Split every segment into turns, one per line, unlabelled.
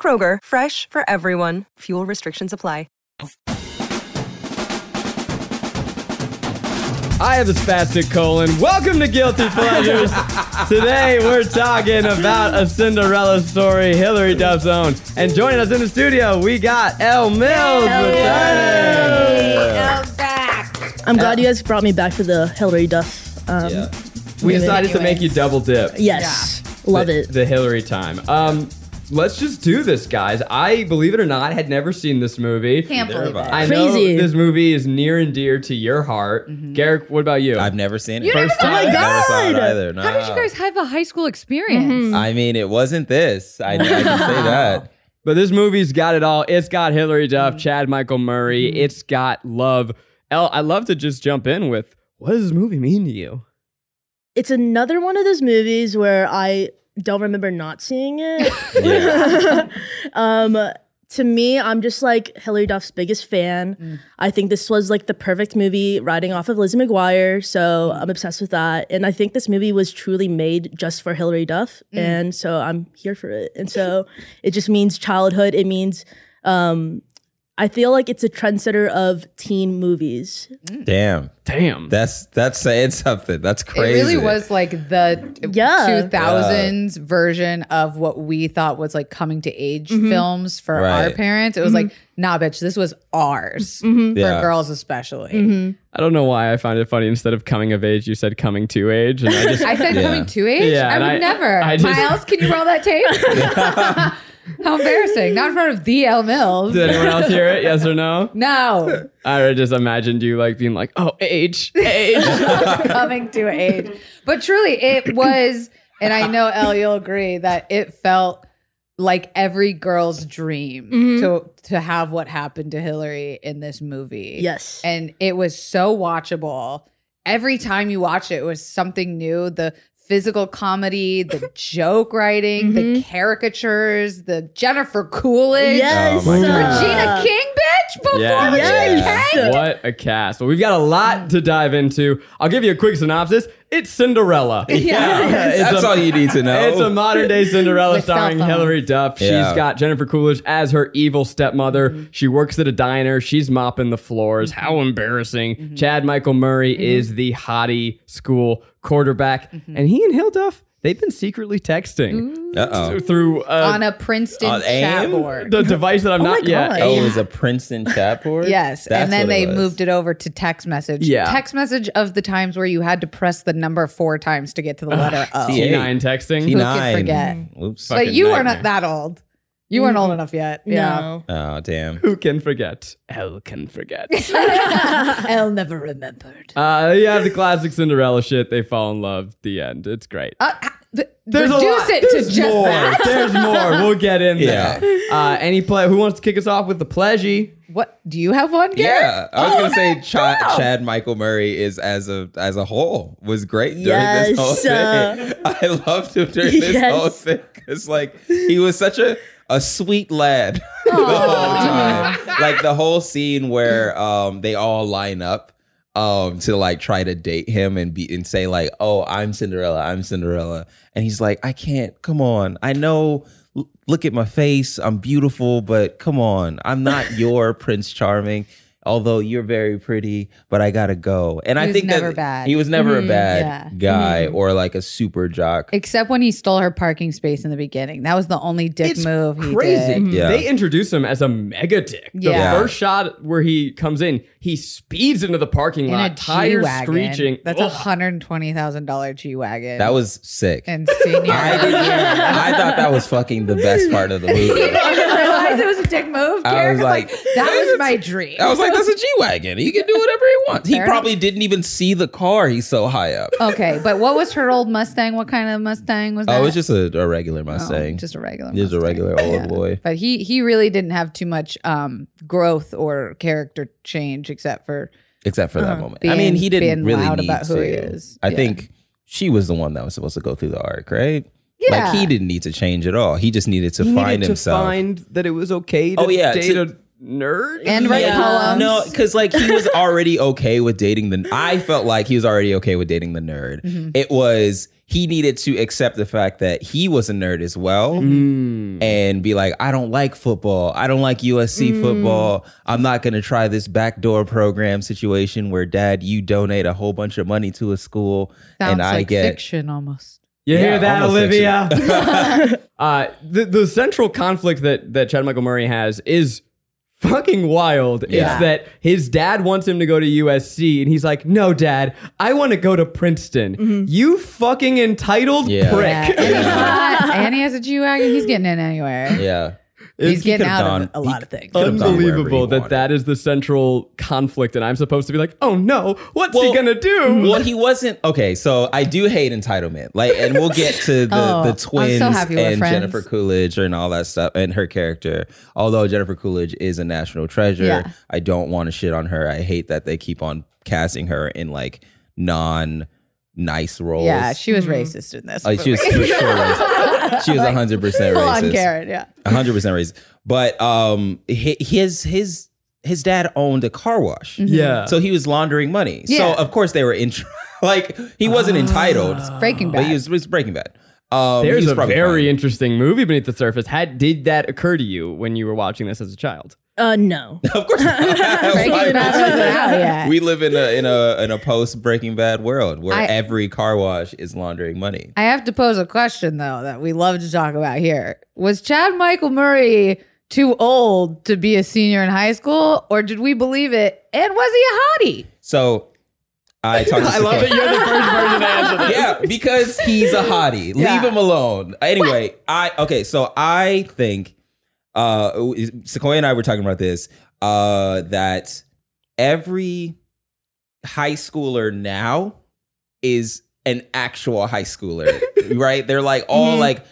Kroger, fresh for everyone. Fuel restrictions apply.
I have a spastic colon. Welcome to Guilty Pleasures. Today we're talking about a Cinderella story, Hillary Duff's own. And joining us in the studio, we got Elle Mills returning.
I'm glad you guys brought me back for the Hillary Duff. Um,
Yeah. We decided to make you double dip.
Yes, love
the,
it.
The Hillary time. Um, let's just do this, guys. I believe it or not, had never seen this movie.
Can't believe it.
I
Crazy. Mm-hmm.
know this movie is near and dear to your heart. Garrick, what about you?
I've never seen it.
You never First saw time. it? Oh
I never saw it
God!
either.
How did
no.
you guys have a high school experience?
I mean, it wasn't this. I, I can say that.
But this movie's got it all. It's got Hillary Duff, Chad Michael Murray. It's got love. El, I love to just jump in with what does this movie mean to you?
it's another one of those movies where I don't remember not seeing it. um, to me, I'm just like Hilary Duff's biggest fan.
Mm.
I think this was like the perfect movie riding off of Lizzie McGuire, so
Mm.
I'm obsessed with that. And I think this movie was truly made just for Hilary Duff,
Mm.
and so I'm here for it. And so it just means childhood. It means. Um, I feel like it's a trendsetter of teen movies.
Damn,
Damn.
that's that's saying something. That's
It
crazy.
really was like the
Yeah.
2000s version of what we thought was like coming to age films for our
Right.
parents. It was like, nah, bitch, this was ours for
Yeah.
girls, especially.
I don't know why I find it funny. Instead of coming of age, you said coming to age. And I just
I said
Yeah.
coming to age.
Yeah,
I
and
would
I-
never.
I just-
Miles, can you roll that tape? How embarrassing! Not in front of the L Mills.
did anyone else hear it? Yes or no?
No,
I just imagined you like being like, oh, age, age.
coming to age. But truly, it was, and I know Elle, you'll agree that it felt like every girl's dream to to have what happened to Hillary in this movie.
Yes.
And it was so watchable. Every time you watch it, it was something new. The physical comedy, the joke writing, the caricatures, the Jennifer Coolidge.
Yes. Uh,
my God.
Oh Regina King, bitch, before
Yeah.
Regina
Yes.
King.
What a cast. Well, we've got a lot to dive into. I'll give you a quick synopsis. It's Cinderella.
Yeah,
It's
that's
a-
all you need to know.
It's a modern day Cinderella
With cell
starring
phones.
Hillary Duff.
Yeah.
She's got Jennifer Coolidge as her evil stepmother.
Mm-hmm.
She works at a diner. She's mopping the floors. How embarrassing.
Mm-hmm.
Chad Michael Murray is the hottie school quarterback.
Mm-hmm.
And he and Hill Duff, they've been secretly texting
Uh-oh.
through
on
uh,
a Princeton
on AIM?
chat board.
the device that I'm not
my
yet.
God.
Oh, it was a Princeton chat board.
Yes,
That's
and then
what
they
was.
moved it over to text message.
Yeah.
text message of the times where you had to press the number four times to get to the letter O.
see,
T9 texting.
could
Nine.
forget?
Oops.
But
fucking
you were
nightmare.
not that old. You weren't old enough yet. Yeah, Uh,
No.
Oh damn.
Who can forget? Hell can forget.
Elle never remembered.
uh, you have the classic Cinderella shit. They fall in love. The end. It's great.
Uh, uh, th-
There's
reduce
a lot.
it
There's
to just
more.
that.
There's more. We'll get in
Yeah.
there. Uh, any play? Who wants to kick us off with the pleasure?
What do you have one? Garrett?
Yeah, I was gonna say Cha- Chad Michael Murray is as a as a whole was great during this whole
Yes, uh,
thing. I loved him during this
Yes.
whole thing because like he was such a a sweet lad the whole time. like the whole scene where um they all line up um to like try to date him and be and say like oh I'm Cinderella I'm Cinderella and he's like I can't come on I know. l- Look at my face. I'm beautiful, but come on. I'm not your Prince Charming, although you're very pretty, but I gotta go. And I
was
think
never
that
bad. Mm-hmm.
he was never a bad
yeah.
guy
Mm.
or like a super jock.
Except when he stole her parking space in the beginning. That was the only dick move. He
crazy.
Did.
Yeah.
They introduce him as a mega dick. The
Yeah.
first shot where he comes in, he speeds into the parking
In a
lot, tires
G-Wagon.
screeching.
That's a
Ugh.
hundred and twenty thousand dollar G wagon.
That was sick.
and senior.
I, didn't, I thought that was fucking the best part of the movie.
didn't realize it was a dick move.
I
Garrett
was
was like,
like,
that was my dream.
I was like, that's a G wagon. He can do whatever he wants. He
Fair Oh,
probably didn't even see the car. He's so high up.
Okay, but what was her old Mustang? What kind of Mustang was that?
Oh, it's just a, a regular
Oh,
Mustang.
just a regular,
Just a
Mustang.
regular old
Yeah.
boy.
But he he really didn't have too much um, growth or character change, except for
except for that
Uh,
moment. I
being-
mean, he didn't
Uh-huh. being
really
loud
need
about who
to.
he is.
I
Yeah.
think she was the one that was supposed to go through the arc, right?
yeah,
Like he didn't need to change at all. He just needed to
He
find
needed
himself.
to find that it was okay to
Oh, yeah,
date
to-
a nerd.
and write
Yeah.
poems.
No, because like he was already okay with dating the. I felt like he was already okay with dating the nerd.
Mm-hmm.
It was he needed to accept the fact that he was a nerd as well,
Mm-hmm.
Hmm.
and be like, I don't like football. I don't like USC
Mm.
football. I'm not gonna try this backdoor program situation where, Dad, you donate a whole bunch of money to a school,
sounds
and I
like
get
fiction almost.
You
Yeah,
hear that,
almost
Olivia? uh, the, the central conflict that, that Chad Michael Murray has is fucking wild.
Yeah.
It's that his dad wants him to go to USC, and he's like, no, dad, I want to go to Princeton. You fucking entitled
Mm-hmm. Yeah.
prick.
Yeah. And, he's not- and he has a G wagon. He's getting in anyway.
Yeah.
He's
He
getting
could've
out of
gone-
a
he
lot of
could've
things.
gone wherever he
Unbelievable that
wanted.
that is the central conflict, and I'm supposed to be like, oh no, what's he
Well-
gonna do?
Well, he wasn't okay. So I do hate entitlement. Like, and we'll get to the
Oh,
the
I'm so
twins
happy we're
and
friends.
Jennifer Coolidge and all that stuff and her character. Although Jennifer Coolidge is a national treasure,
Yeah.
I don't want to shit on her. I hate that they keep on casting her in like non nice roles.
Yeah, she was racist in this.
like Oh, she was for
movie.
sure racist. She was hundred percent
Full on
racist.
Karen, yeah.
hundred percent racist. But um, hi- his his his dad owned a car wash.
yeah.
So he was laundering money.
Yeah.
So of course they were in. Like he wasn't entitled,
Breaking
but
Bad.
he was, was Breaking Bad. Um, he
There's
was
a
probably
very
fine.
interesting movie beneath the surface. Had did that occur to you when you were watching this as a child?
Uh, no.
of course.
Breaking Bad wasn't out yet.
we live in a in a in a post Breaking Bad world where
I-
every car wash is laundering money.
I have to pose a question though that we love to talk about here. Was Chad Michael Murray too old to be a senior in high school, or did we believe it? And was he a hottie?
So I talked. To
I love that
Sakura-
you're the first person to answer that.
yeah, because he's a hottie.
Yeah.
Leave him alone. Anyway, I okay. So I think uh Sequoia and I were talking about this uh that every high schooler now is an actual high schooler, right? They're like all like.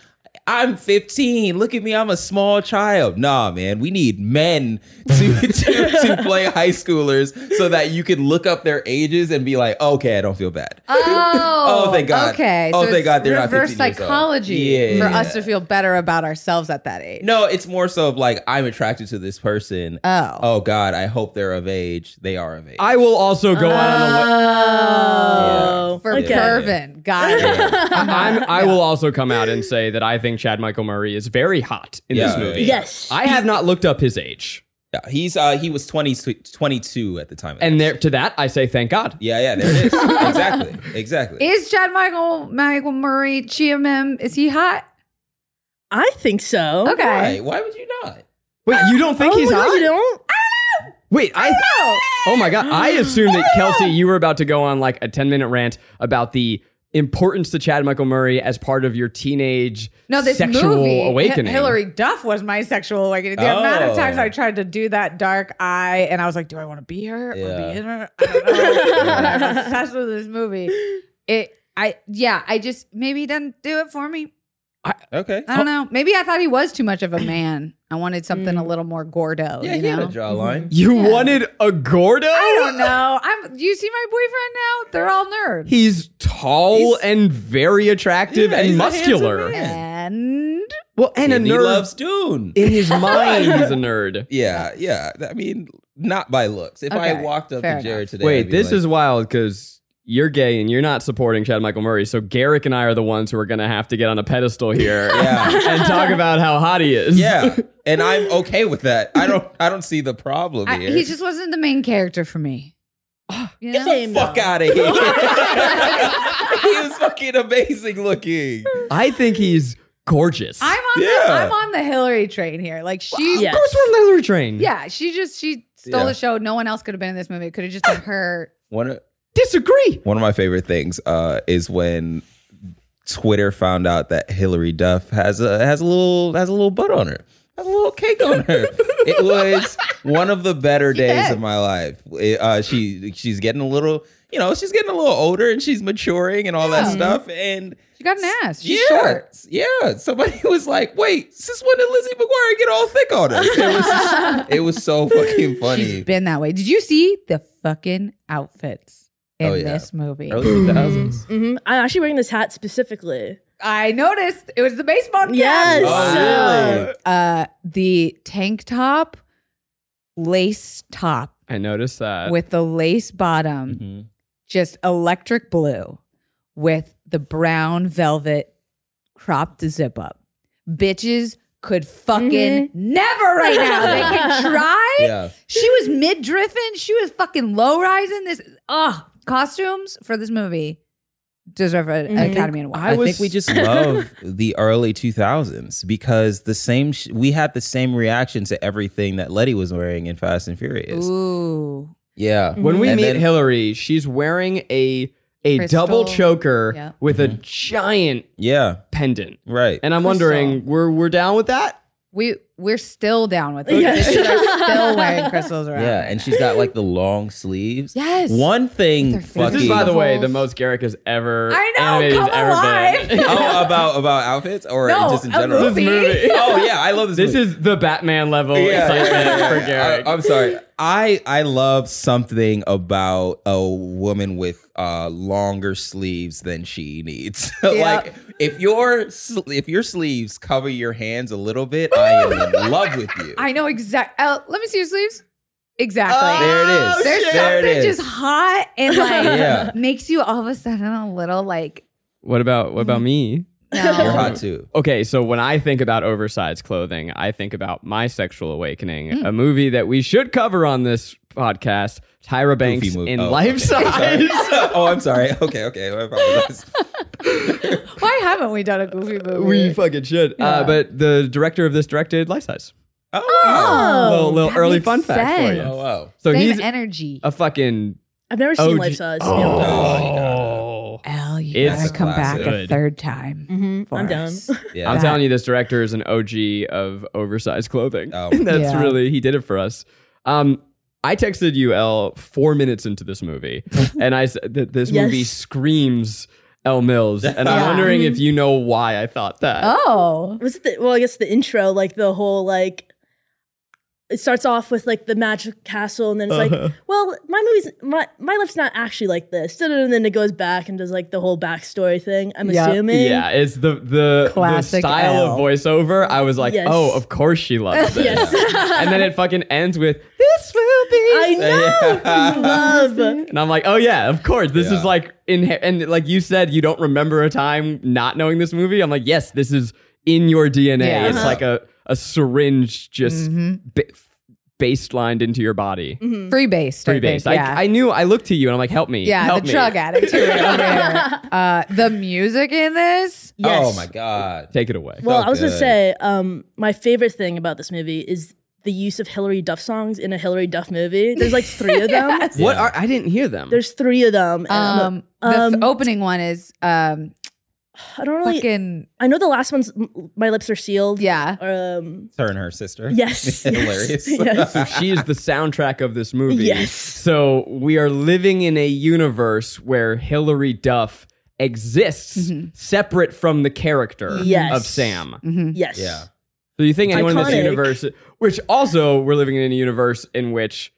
I'm 15. Look at me. I'm a small child. Nah, man. We need men to, to, to play high schoolers so that you can look up their ages and be like, okay, I don't feel bad.
Oh,
Oh, thank God.
Okay,
Oh, thank
it's
God they're not
reverse
15 years old.
psychology
Yeah.
for us to feel better about ourselves at that age.
No, it's more so of like I'm attracted to this person.
Oh.
oh God, I hope they're of age. They are of age.
I will also go on. A li-
Oh,
For
Okay.
Curvin, got it.
I'm, I will also come out and say that I think Chad Michael Murray is very hot in this
Yeah.
movie.
Yes.
I have not looked up his age,
Yeah, he's uh he was 20, 22 at the time. of
and
this.
there to that I say thank God.
yeah, yeah, there it is. exactly, exactly.
Is Chad Michael Michael Murray Chiamim? Is he hot?
I think
Oh,
so.
Why?
Okay.
Why would you not?
Wait, you don't think
Oh
he's
my
hot?
God, you don't?
Wait, I. Oh my God, I assumed that Kelsey, you were about to go on like a ten minute rant about the importance to Chad Michael Murray as part of your teenage
No, this
sexual
movie, Hi-
awakening.
Hillary Duff was my sexual awakening. The amount
Oh.
of times I tried to do that dark eye, and I was like, "Do I want to be her? Or
Yeah.
be in her? I don't know." I'm obsessed with this movie. It, I, yeah, I just maybe he doesn't do it for me.
Okay.
I don't know. Maybe I thought he was too much of a man. I wanted something a little more Gordo.
yeah,
Oh, you
he
know. Mm-hmm.
had a jawline.
You wanted a Gordo?
I don't know. I'm. You see my boyfriend now? They're all nerds.
He's tall
He's-
and very attractive
Yeah, he's
and
a handsome
muscular.
man.
and
Well, and a
And he
nerd.
loves Dune.
in his mind, he's a nerd.
yeah, yeah. I mean, not by looks. If I
Okay,
walked up
fair
to Jared today, I'd
Wait,
be
this
like,
is wild because you're gay and you're not supporting Chad Michael Murray. So Garrick and I are the ones who are going to have to get on a pedestal here
Yeah.
and talk about how hot he is.
yeah, and I'm okay with that. I don't, I don't see the problem
I,
here.
he just wasn't the main character for me. You know?
Same,
fuck
though.
out of here. he was fucking amazing looking.
I think he's gorgeous.
I'm on the,
Yeah.
I'm on the Hillary train here. Like she
Yeah.
of course, we're on Lillard Train.
yeah, she just she stole
Yeah.
the show. No one else could have been in this movie. It could have just been her.
One of,
Disagree.
one of my favorite things uh, is when Twitter found out that Hillary Duff has a has a little has a little butt on her, has a little cake on her. it was one of the better days
did.
of my life. It, uh, she she's getting a little, you know, she's getting a little older and she's maturing and all that stuff. And
She got an ass. She's
yeah,
short.
Yeah. Somebody was like, wait, since when did Lizzie McGuire get all thick on her? It was, just- it was so fucking
She's
funny.
been that way. Did you see the fucking outfits in
Oh, yeah.
this movie?
Early 2000s.
hmm I'm actually wearing this hat specifically.
I noticed it was the baseball cap.
Yes.
Oh,
Wow. Really?
Uh, the tank top, lace top
I noticed
Uh,
that.
with the lace bottom,
Mhm.
just electric blue with the brown velvet cropped zip up. Bitches could fucking never right now. They can try.
Yeah.
She was mid drifting. She was fucking low rising. This oh costumes for this movie deserve a- an Academy Award.
I, think we just love the early 2000s because the same sh- we had the same reaction to everything that Letty was wearing in Fast and Furious.
Ooh.
Yeah.
When we
And
meet
then-
Hillary, she's wearing a a
Crystal.
double choker
Yeah.
with
Mm-hmm.
a giant
Yeah,
pendant.
right.
And I'm wondering, we're we're down with that?
We we're still down with it. Bitches are still wearing crystals around.
yeah,
right
and
now.
she's got like the long sleeves.
Yes.
One thing
With her fingers.
This is, by
fucking
the way,
Fucking-
the most Garrick has ever
I know,
animated he's
come
ever been.
Oh, about about outfits or
No,
just in
a
general.
this movie.
Oh yeah, I love this.
This
movie.
is the Batman level
yeah, yeah,
excitement
yeah, Uh, yeah,
for
yeah.
Garrick.
I, am sorry. I I love something about a woman with uh longer sleeves than she needs. like if your sl- if your sleeves cover your hands a little bit, I am in love with you.
I know exactly. Uh, let me see your sleeves. Exactly.
there
Oh,
it is.
There's
there
something
it is.
just hot and like
Yeah.
makes you all of a sudden a little like
What about what about me?
no.
You're hot too.
Okay, so when I think about oversized clothing, I think about My Sexual Awakening, a movie that we should cover on this podcast. Tyra Banks
movie.
in
Oh,
life
okay.
size.
oh, I'm sorry. Okay, okay. I apologize.
Why haven't we done a goofy movie?
we fucking should. Uh, but the director of this directed Life Size.
Oh, wow.
Oh,
little little
that
early
makes
fun fact for
sense.
you.
Oh, wow.
So
Same
he's
energy.
a fucking
I've never
Oh,
seen
gee.
life size.
oh.
Al, you
It's
gotta come
classic.
back a
Good.
third time.
Mhm,
for
I'm
us.
down.
Yeah.
I'm telling you, this director is an OG of oversized clothing.
Oh.
That's
Yeah.
really he did it for us. Um, I texted you L four minutes into this movie, and I said that this
Yes.
movie screams L Mills, and I'm
Yeah.
wondering if you know why I thought that.
Oh.
Was it the, well, I guess the intro, like the whole like it starts off with like the magic castle and then it's
Uh-huh.
like, well, my movie's my my life's not actually like this. And then it goes back and does like the whole backstory thing, I'm
Yeah.
assuming.
Yeah, it's the the, the
Classic
style
L.
of voiceover. I was like,
Yes.
oh, of course she loves this.
Yes.
and then it fucking ends with this will be.
I know.
Oh,
Love.
And I'm like, oh yeah, of course. This
Yeah.
is like in and like you said, you don't remember a time not knowing this movie. I'm like, yes, this is in your DNA.
Yeah.
It's
Uh-huh. Mm-hmm.
like a a syringe just ba- baselined into your body.
Mm.
Free based.
Free based. I,
Mm-hmm. Yeah.
I knew. I looked to you and I'm like, help me.
yeah,
help
the
me.
drug addict. too, over here. Uh, the music in this.
Yes.
Oh my god.
Take it away.
Well,
So
I was
good.
gonna say, um, my favorite thing about this movie is the use of Hillary Duff songs in a Hillary Duff movie. There's like three of them.
What are I didn't hear them.
There's three of them. And I'm a-
Um, the
Um,
f- opening one is um,
I don't really.
fucking
I know the last one's M- "My Lips Are Sealed."
yeah.
Um,
Her and her sister.
yes.
Hilarious.
Yes.
so she is the soundtrack of this movie.
Yes.
So we are living in a universe where Hillary Duff exists
Mm-hmm.
separate from the character
Yes.
of Sam.
yes.
Yeah.
So you think anyone in
Iconic.
this universe, which also we're living in a universe in which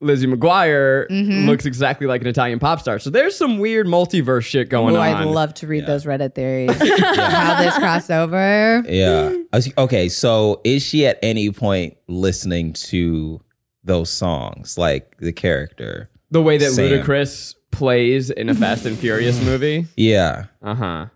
Lizzie McGuire
Mhm.
looks exactly like an Italian pop star. So there's some weird multiverse shit going
Ooh,
on.
I'd love to read those Reddit theories. How this crossover.
Yeah. I was- Okay. So is she at any point listening to those songs, like the character?
the way that
Sam.
Ludacris plays in a Fast and Furious movie.
Yeah.
Uh huh.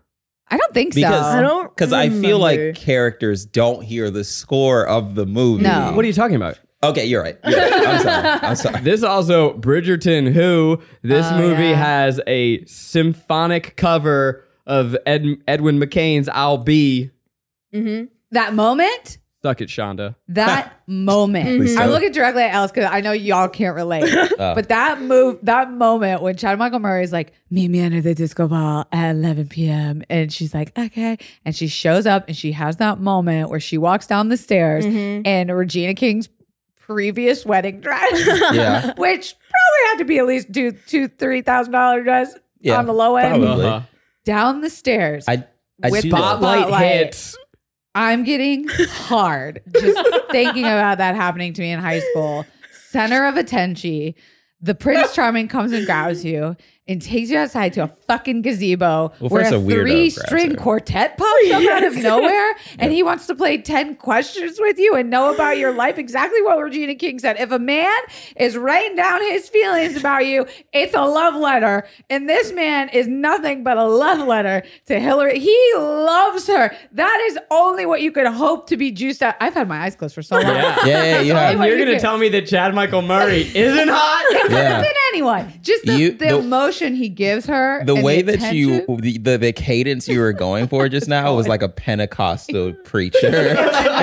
I don't think
Because-
so.
I don't
Because Um, I feel like
remember.
characters don't hear the score of the movie.
No.
What are you talking about?
Okay, you're right. You're right. I'm sorry. I'm sorry.
This also Bridgerton. Who this
Oh,
movie
yeah.
has a symphonic cover of Ed, Edwin McCain's "I'll Be."
Mm-hmm.
that moment.
Suck it, Shonda.
That moment.
Please
I'm
don't.
looking directly at Alice because I know y'all can't relate. But that move, that moment when Chad Michael Murray is like, meet me under the disco ball at 11 p.m. And she's like, okay. And she
Mm-hmm.
shows up and she has that moment where she walks down the stairs and Regina King's previous wedding dress.
Yeah.
which probably had to be at least two, two, three thousand dollar dress
Yeah,
on the low end.
probably.
Uh-huh.
Down the stairs,
I- I
With
do
the
that.
Spotlight,
Spotlight.
hits.
I'm getting hard just thinking about that happening to me in high school. Center of attention. The Prince Charming comes and grabs you and takes you outside to a fucking gazebo
Well,
where
first
a
a weirdo
three
grabs
string
you.
quartet pops up out of nowhere and he wants to play 10 questions with you and know about your life. Exactly what Regina King said. If a man is writing down his feelings about you, it's a love letter. And this man is nothing but a love letter to Hillary. He loves her. That is only what you could hope to be juiced out. I've had my eyes closed for so long.
Yeah.
Yeah, yeah, you have.
What do
You're
you
going to
do?
tell me that Chad Michael Murray isn't hot?
Yeah.
Than anyone. Just the,
You-
the,
the-
emotion he gives her.
the
and
way that you
attention.
the, the, the cadence you were going for just now was like a Pentecostal preacher. and,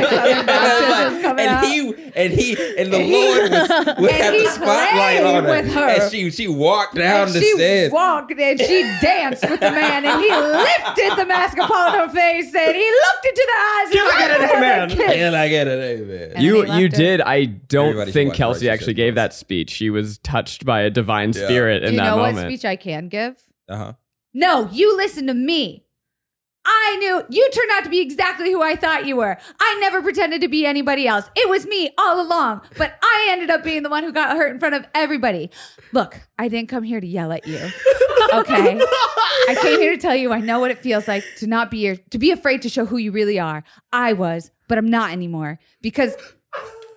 Southern Baptist was coming out.
he and he and the Lord was, would
And
have
he
the spotlight
played
on her.
with her.
And she she walked down
And
the
she
stairs.
walked and she danced with the man, and he lifted the mask upon her face, and he looked into the eyes.
Can I get an
and
amen?
kissed.
and I get it, amen.
And
you
then he
you
left her.
did. I don't
Everybody should
think
watch
Kelsey
Relationship
actually gave that speech. She was touched by a divine
Yeah.
spirit in
you
that
know
moment.
what speech I can give?
uh-huh.
No, you listen to me. I knew you turned out to be exactly who I thought you were. I never pretended to be anybody else. It was me all along, but I ended up being the one who got hurt in front of everybody. Look, I didn't come here to yell at you. Okay. I came here to tell you I know what it feels like to not be your, to be afraid to show who you really are. I was, but I'm not anymore because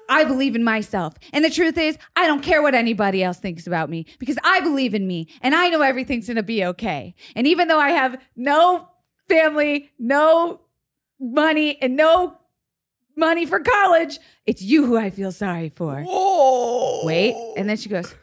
I believe in myself. And the truth is, I don't care what anybody else thinks about me because I believe in me and I know everything's going to be okay. And even though I have no family, no money, and no money for college, it's you who I feel sorry for. Wait. And then she goes,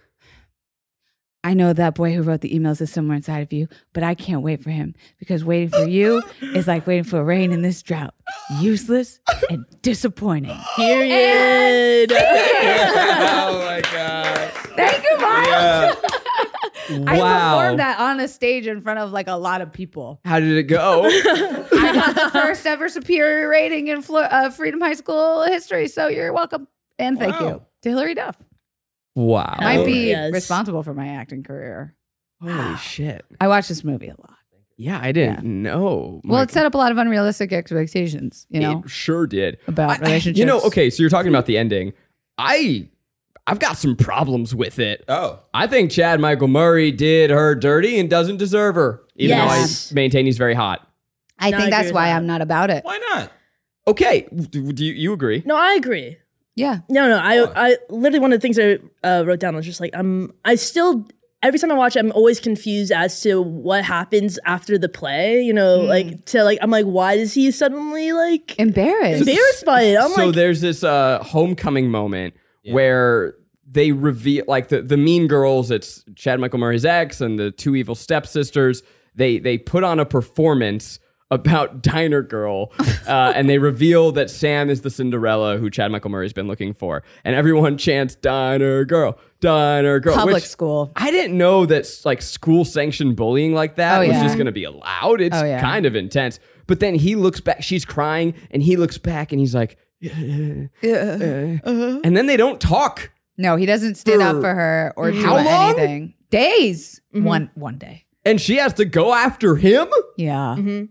I know that boy who wrote the emails is somewhere inside of you, but I can't wait for him because waiting for you is like waiting for rain in this drought. Useless and disappointing.
Period.
oh my god.
Thank you, Miles.
Yeah.
I
wow.
performed that on a stage in front of like a lot of people.
How did it go?
I got the first ever superior rating in Flo- uh, Freedom High School history. So you're welcome. And thank you
Wow.
to Hillary Duff.
Oh, wow.
Might be
yes.
responsible for my acting career.
Holy shit.
I watched this movie a lot.
Yeah, I didn't know.
Well, it
Michael.
set up a lot of unrealistic expectations, you know,
It sure did.
about
I- I-
relationships.
You know, okay, so you're talking about the ending. I I've got some problems with it.
Oh.
I think Chad Michael Murray did her dirty and doesn't deserve her. Even
Yes.
though I maintain he's very hot.
I
No,
think
I
that's
agree
why
with that.
I'm not about it.
Why not?
Okay, do, do you, you agree?
No, I agree.
Yeah.
No, no, I, I literally one of the things I uh, wrote down was just like I'm. I still every time I watch, it, I'm always confused as to what happens after the play. You know, like to like I'm like, why is he suddenly like
Embarrassed.
embarrassed by it? I'm
so
like,
there's this uh, homecoming moment where they reveal like the, the mean girls it's chad michael murray's ex and the two evil stepsisters they they put on a performance about diner girl uh, and they reveal that sam is the cinderella who chad michael murray's been looking for and everyone chants diner girl diner girl
Public
which-
school.
I didn't know that like school sanctioned bullying like that
Oh,
was
yeah.
just going to be allowed. It's
Oh, yeah.
kind of intense. But then he looks back, she's crying, and he looks back and he's like, and then they don't talk.
No, he doesn't stand up
For-
for her or do
How long?
anything. Days. One one day.
And she has to go after him?
Yeah.
mm-hmm.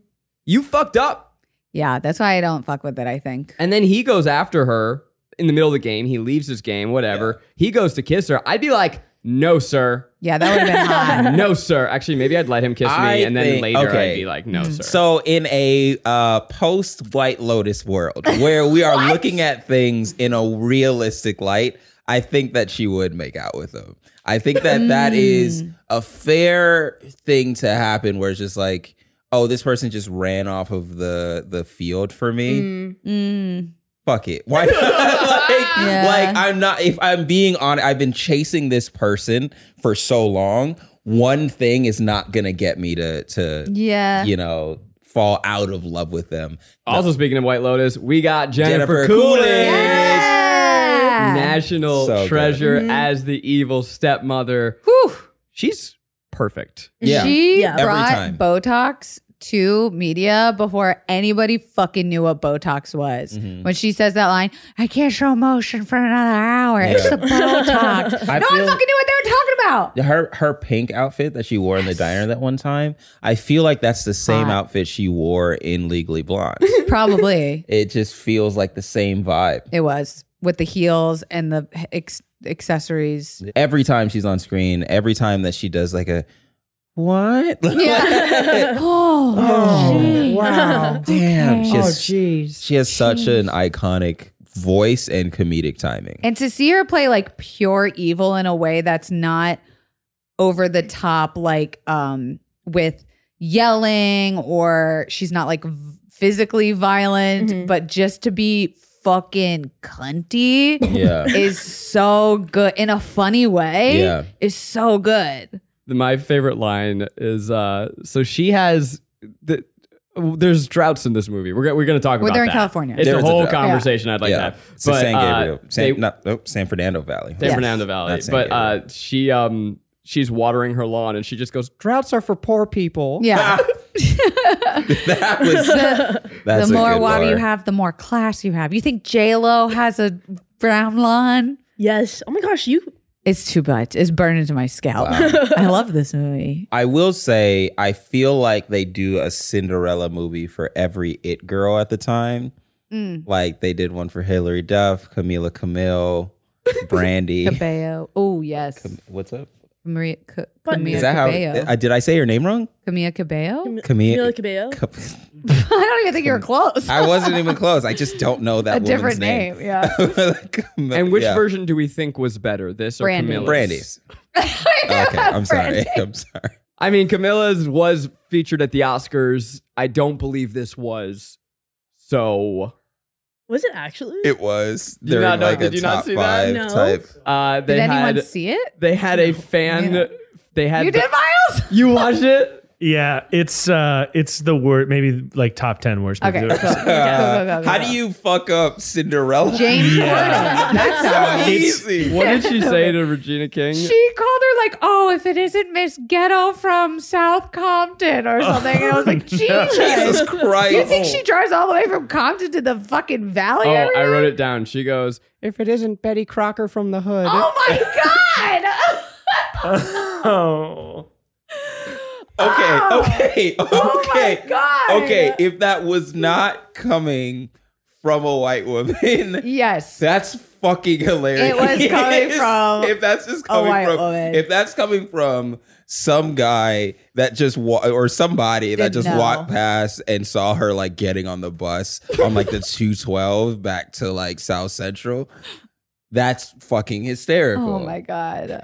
You fucked up.
Yeah. That's why I don't fuck with it, I think.
And then he goes after her in the middle of the game. He leaves his game, whatever. He goes to kiss her. I'd be like, no, sir.
Yeah, that would have been hot.
No, sir. Actually, maybe I'd let him kiss
I
me. And then
think-
later I'd
okay.
be like,
Mm.
no, sir.
So, in a uh, post White Lotus world where we are looking at things in a realistic light, I think that she would make out with him. I think that that is
Mm.
a fair thing to happen where it's just like, oh, this person just ran off of the, the field for me.
Mm.
Fuck it. Why not? like,
Yeah.
like, I'm not, if I'm being honest, I've been chasing this person for so long. One thing is not going to get me to, to,
Yeah.
you know, fall out of love with them.
also, speaking of White Lotus, we got Jennifer,
Jennifer
Coolidge.
Coolidge.
Yeah.
national
So good.
treasure as the evil stepmother.
Mm-hmm. Whew.
She's perfect.
Yeah.
She
Yeah.
Every
brought
time.
Botox to media before anybody fucking knew what Botox was.
Mm-hmm.
When she says that line, I can't show emotion for another hour. It's the Botox.
I
no
feel-
one fucking knew what they were talking about.
her her pink outfit that she wore in the diner that one time. I feel like that's the same
Hot.
outfit she wore in Legally Blonde.
Probably
it just feels like the same vibe.
it was with the heels and the ex- accessories.
Every time she's on screen, every time that she does like a what?
Yeah. oh,
Oh,
gee.
wow. Damn. She
Okay. Oh,
has,
Oh,
she has such an iconic voice and comedic timing.
And to see her play like pure evil in a way that's not over the top, like um with yelling or she's not like v- physically violent,
Mm-hmm.
Mhm.
but just to be fucking cunty
yeah.
is so good in a funny way.
Yeah.
Is so good.
my favorite line is uh so she has the, there's droughts in this movie. We're go- we're going to talk
Well,
about
they're in
that.
California.
It's
There
a
is a
whole
drought.
conversation I'd like
yeah.
to have.
It's the San
uh,
Gabriel. San,
they-
no, nope, San Fernando Valley.
San
Yes.
Fernando Valley.
Not San
But
Gabriel.
uh, she um she's watering her lawn and she just goes, "Droughts are for poor people."
Yeah.
that was that's
the
a
more
good
water you
bar.
have, the more class you have. You think J Lo has a brown lawn?
Yes. Oh my gosh, you.
It's too much. It's burning to my scalp. I love this movie.
I will say I feel like they do a Cinderella movie for every it girl at the time.
Mm.
Like they did one for Hilary Duff, Camila Camille, Brandy.
Cabello. Oh yes,
What's up?
Maria C-
But-
Camilla
Is that how
Cabello.
I, did I say her name wrong?
Camilla Cabello.
Camille.
Camila Cabello.
I don't even think you were close.
Hmm. I wasn't even close. I just don't know that
a
woman's
different
name.
name. Yeah.
And which
Yeah.
version do we think was better, this or
Brandy.
Camilla's?
Brandy's. okay, I'm sorry. I'm sorry.
I mean, Camilla's was featured at the Oscars. I don't believe this was. So
Was it actually?
It was
Did you not
during
know-
like a
did you not
top
see that?
five
No.
type.
uh, they
Did anyone
had
see it?
they had a fan.
Yeah.
They had
You
the-
did, Miles.
You watched it?
Yeah, it's uh, it's the worst, maybe like top ten worst.
Okay.
movie.
Cool. Go, go, go, go, go.
How do you fuck up Cinderella?
James Corden. That's how.
so easy.
What did she say to Regina King?
She called her like, "Oh, if it isn't Miss Ghetto from South Compton or something," and I was like, "Jesus."
Jesus Christ.
You think she drives all the way from Compton to the fucking valley?
oh,
every
I
day?
wrote it down. She goes, "If it isn't Betty Crocker from the hood."
Oh my god!
Oh.
Okay, okay, okay.
Oh my god!
Okay, if that was not coming from a white woman,
Yes.
that's fucking hilarious.
It was coming from
If that's just
a
coming
white
from
woman.
if that's coming from some guy that just wa- or somebody that
Didn't
just
know.
walked past and saw her like getting on the bus on like the 212 back to like South Central, that's fucking hysterical.
Oh my god.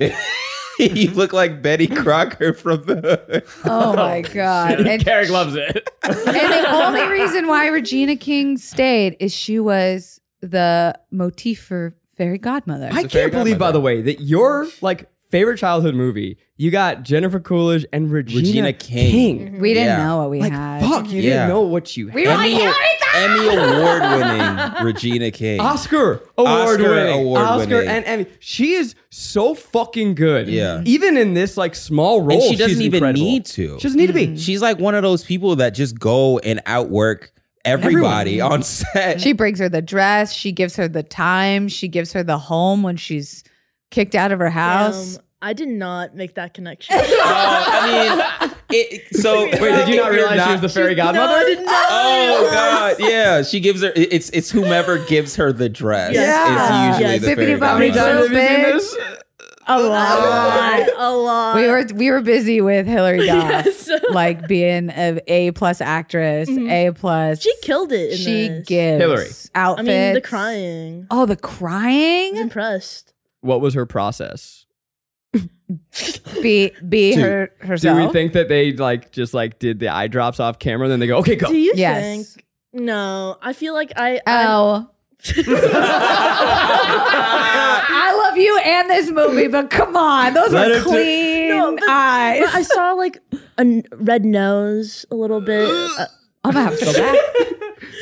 you look like Betty Crocker from the
Oh my god. And,
Carrick loves it.
and the only reason why Regina King stayed is she was the motif for fairy godmother.
I can't believe, by the way, that your like favorite childhood movie, you got Jennifer Coolidge and Regina,
Regina King.
we didn't
Yeah.
know what we
Like,
had.
fuck, you
Yeah.
didn't know what you had.
Mm-hmm. We were like,
Emmy,
Hillary
award winning Regina King.
Oscar award winning,
award
Oscar
winning.
and Emmy. She is so fucking good.
Yeah.
even in this like small role,
and she doesn't
she's
even
incredible.
need to. Mm.
She doesn't need to be.
Mm-hmm.
She's like one of those people that just go and outwork everybody on set.
She brings her the dress. She gives her the time. She gives her the home when she's kicked out of her house.
Um, I did not make that connection.
Oh, I mean, it, so wait,
Wait, did you not realize she was the fairy
no,
godmother?
I did not.
Oh God! Yeah, she gives her. it- It's it's whomever gives her the dress.
Yeah.
is usually
Yes.
the fairy
Bippity boppity
How many
Little
godmother.
times have you seen
bitch.
this?
a lot. A lot.
we were we were busy with Hillary Duff,
Uh, Yes. Mm-hmm.
like being an A plus actress, A plus.
She killed it. In
She
this.
gives
Hillary.
I
outfits.
mean, the crying.
Oh, the crying.
I was impressed.
What was her process?
Be be
Do-
her
Do
herself.
we think that they like just like did the eye drops off camera, and then they go, okay, go.
Do you
Yes.
think? No, I feel like I. I
Oh. I love you and this movie, but come on, those
Let
are
it do-
clean
No, but-
eyes.
but I saw like a n- red nose a little bit. Uh,
I'm gonna have to go back.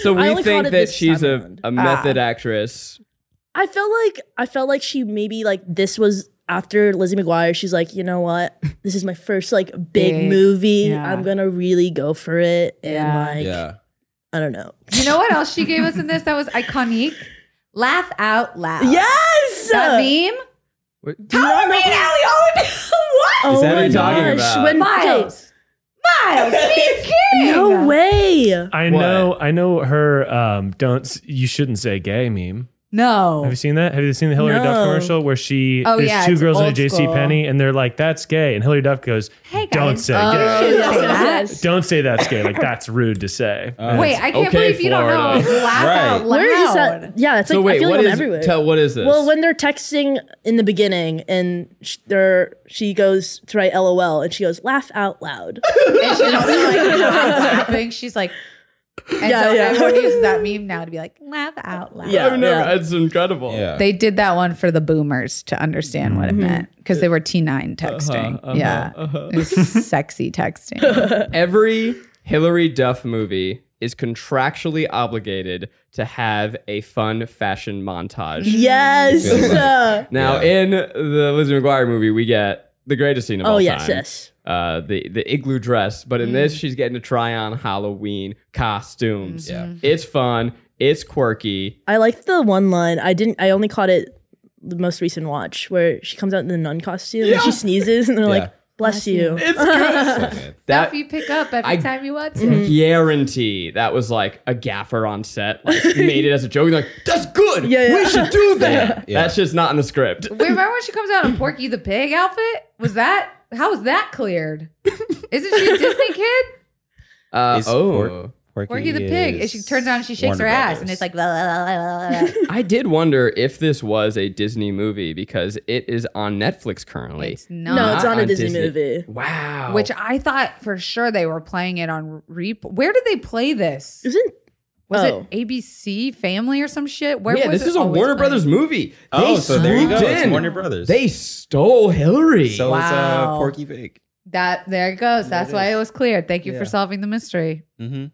So
I
we
only caught
think that
it this
she's
time
a,
around.
a method actress.
I felt like I felt like she maybe like this was after Lizzie McGuire, she's like, you know what? This is my first like big
Big,
movie.
yeah.
I'm gonna really go for it. And
Yeah.
like,
yeah.
I don't know.
You know what else she gave us in this that was iconic? Laugh out loud.
Yes.
That meme? Oh,
Do you not know-
what?
Oh
that what
my
you're talking
gosh!
about?
When
Miles. Miles, are you
okay,
kidding?
no way.
I
What?
know, I know her. Um, don't s- you shouldn't say gay meme. Have
No.
you seen that? Have you seen the Hillary
No.
Duff commercial where she
Oh,
there's
yeah,
two
it's
girls in a
old
J.C.
school.
Penney and they're like, "That's gay," and Hillary Duff goes,
Hey guys.
"Don't say
Oh,
gay.
you shouldn't say that.
Yes.
Don't say that's gay. Like that's rude to say."
Uh,
Wait,
it's
I can't
okay,
believe you don't know.
Florida.
Laugh out
Right.
loud.
Where is that? Yeah, it's like
So
I
wait,
feel like
what
I'm
is
everywhere.
tell what is this?
Well, when they're texting in the beginning, and sh- they're, she goes to write LOL, and she goes laugh out loud.
And she's also like not laughing. She's like, and
Yeah,
so
yeah.
everyone uses that meme now to be like, laugh out loud.
Yeah.
I've never. It's incredible.
yeah.
They did that one for the boomers to understand what it
Mm-hmm.
meant because they were T9 texting.
Uh-huh,
Uh-huh.
yeah. It was sexy texting.
Every Hillary Duff movie is contractually obligated to have a fun fashion montage.
yes.
Feels like-
Uh,
Now,
Yeah.
in the Lizzie McGuire movie, we get the greatest scene of
oh
all
yes,
time.
yes. Mm-hmm.
uh, the the igloo dress, but in this she's getting to try on Halloween costumes.
Yeah.
Mm-hmm.
It's fun, it's quirky.
I like the one line. I didn't. I only caught it the most recent watch where she comes out in the nun costume and she sneezes, and they're
Yeah.
like, "Bless you."
It's good.
Okay.
that
If you pick up every
I- Mm-hmm.
time you watch it.
guarantee that was like a gaffer on set like made it as a joke. and Like that's good.
Yeah,
we
yeah.
should do that.
yeah.
That's just not in the script.
Wait, remember when she comes out in Porky the Pig outfit? Was that how was that cleared? Isn't she a Disney kid?
Uh,
Is
oh,
Porky,
Porky the Pig. And she turns around and she shakes
Warner
her ass,
Brothers.
and it's like. blah, blah, blah, blah, blah, blah.
I did wonder if this was a Disney movie because it is on Netflix currently.
It's not.
no, it's
Not
on a
on
Disney,
Disney.
movie.
Wow.
Which I thought for sure they were playing it on reap. Where did they play this?
Isn't
Was
oh.
it ABC Family or some shit? Where
yeah,
was
this
it
is a
always
Warner
playing?
Brothers movie. They
Oh, so there you go.
swooped
It's
in.
Warner Brothers.
They stole Hillary.
so it's uh,
Wow.
Porky Pig.
That there it goes. That's why it was cleared. Thank you for
Yeah.
solving the mystery.
Mm-hmm.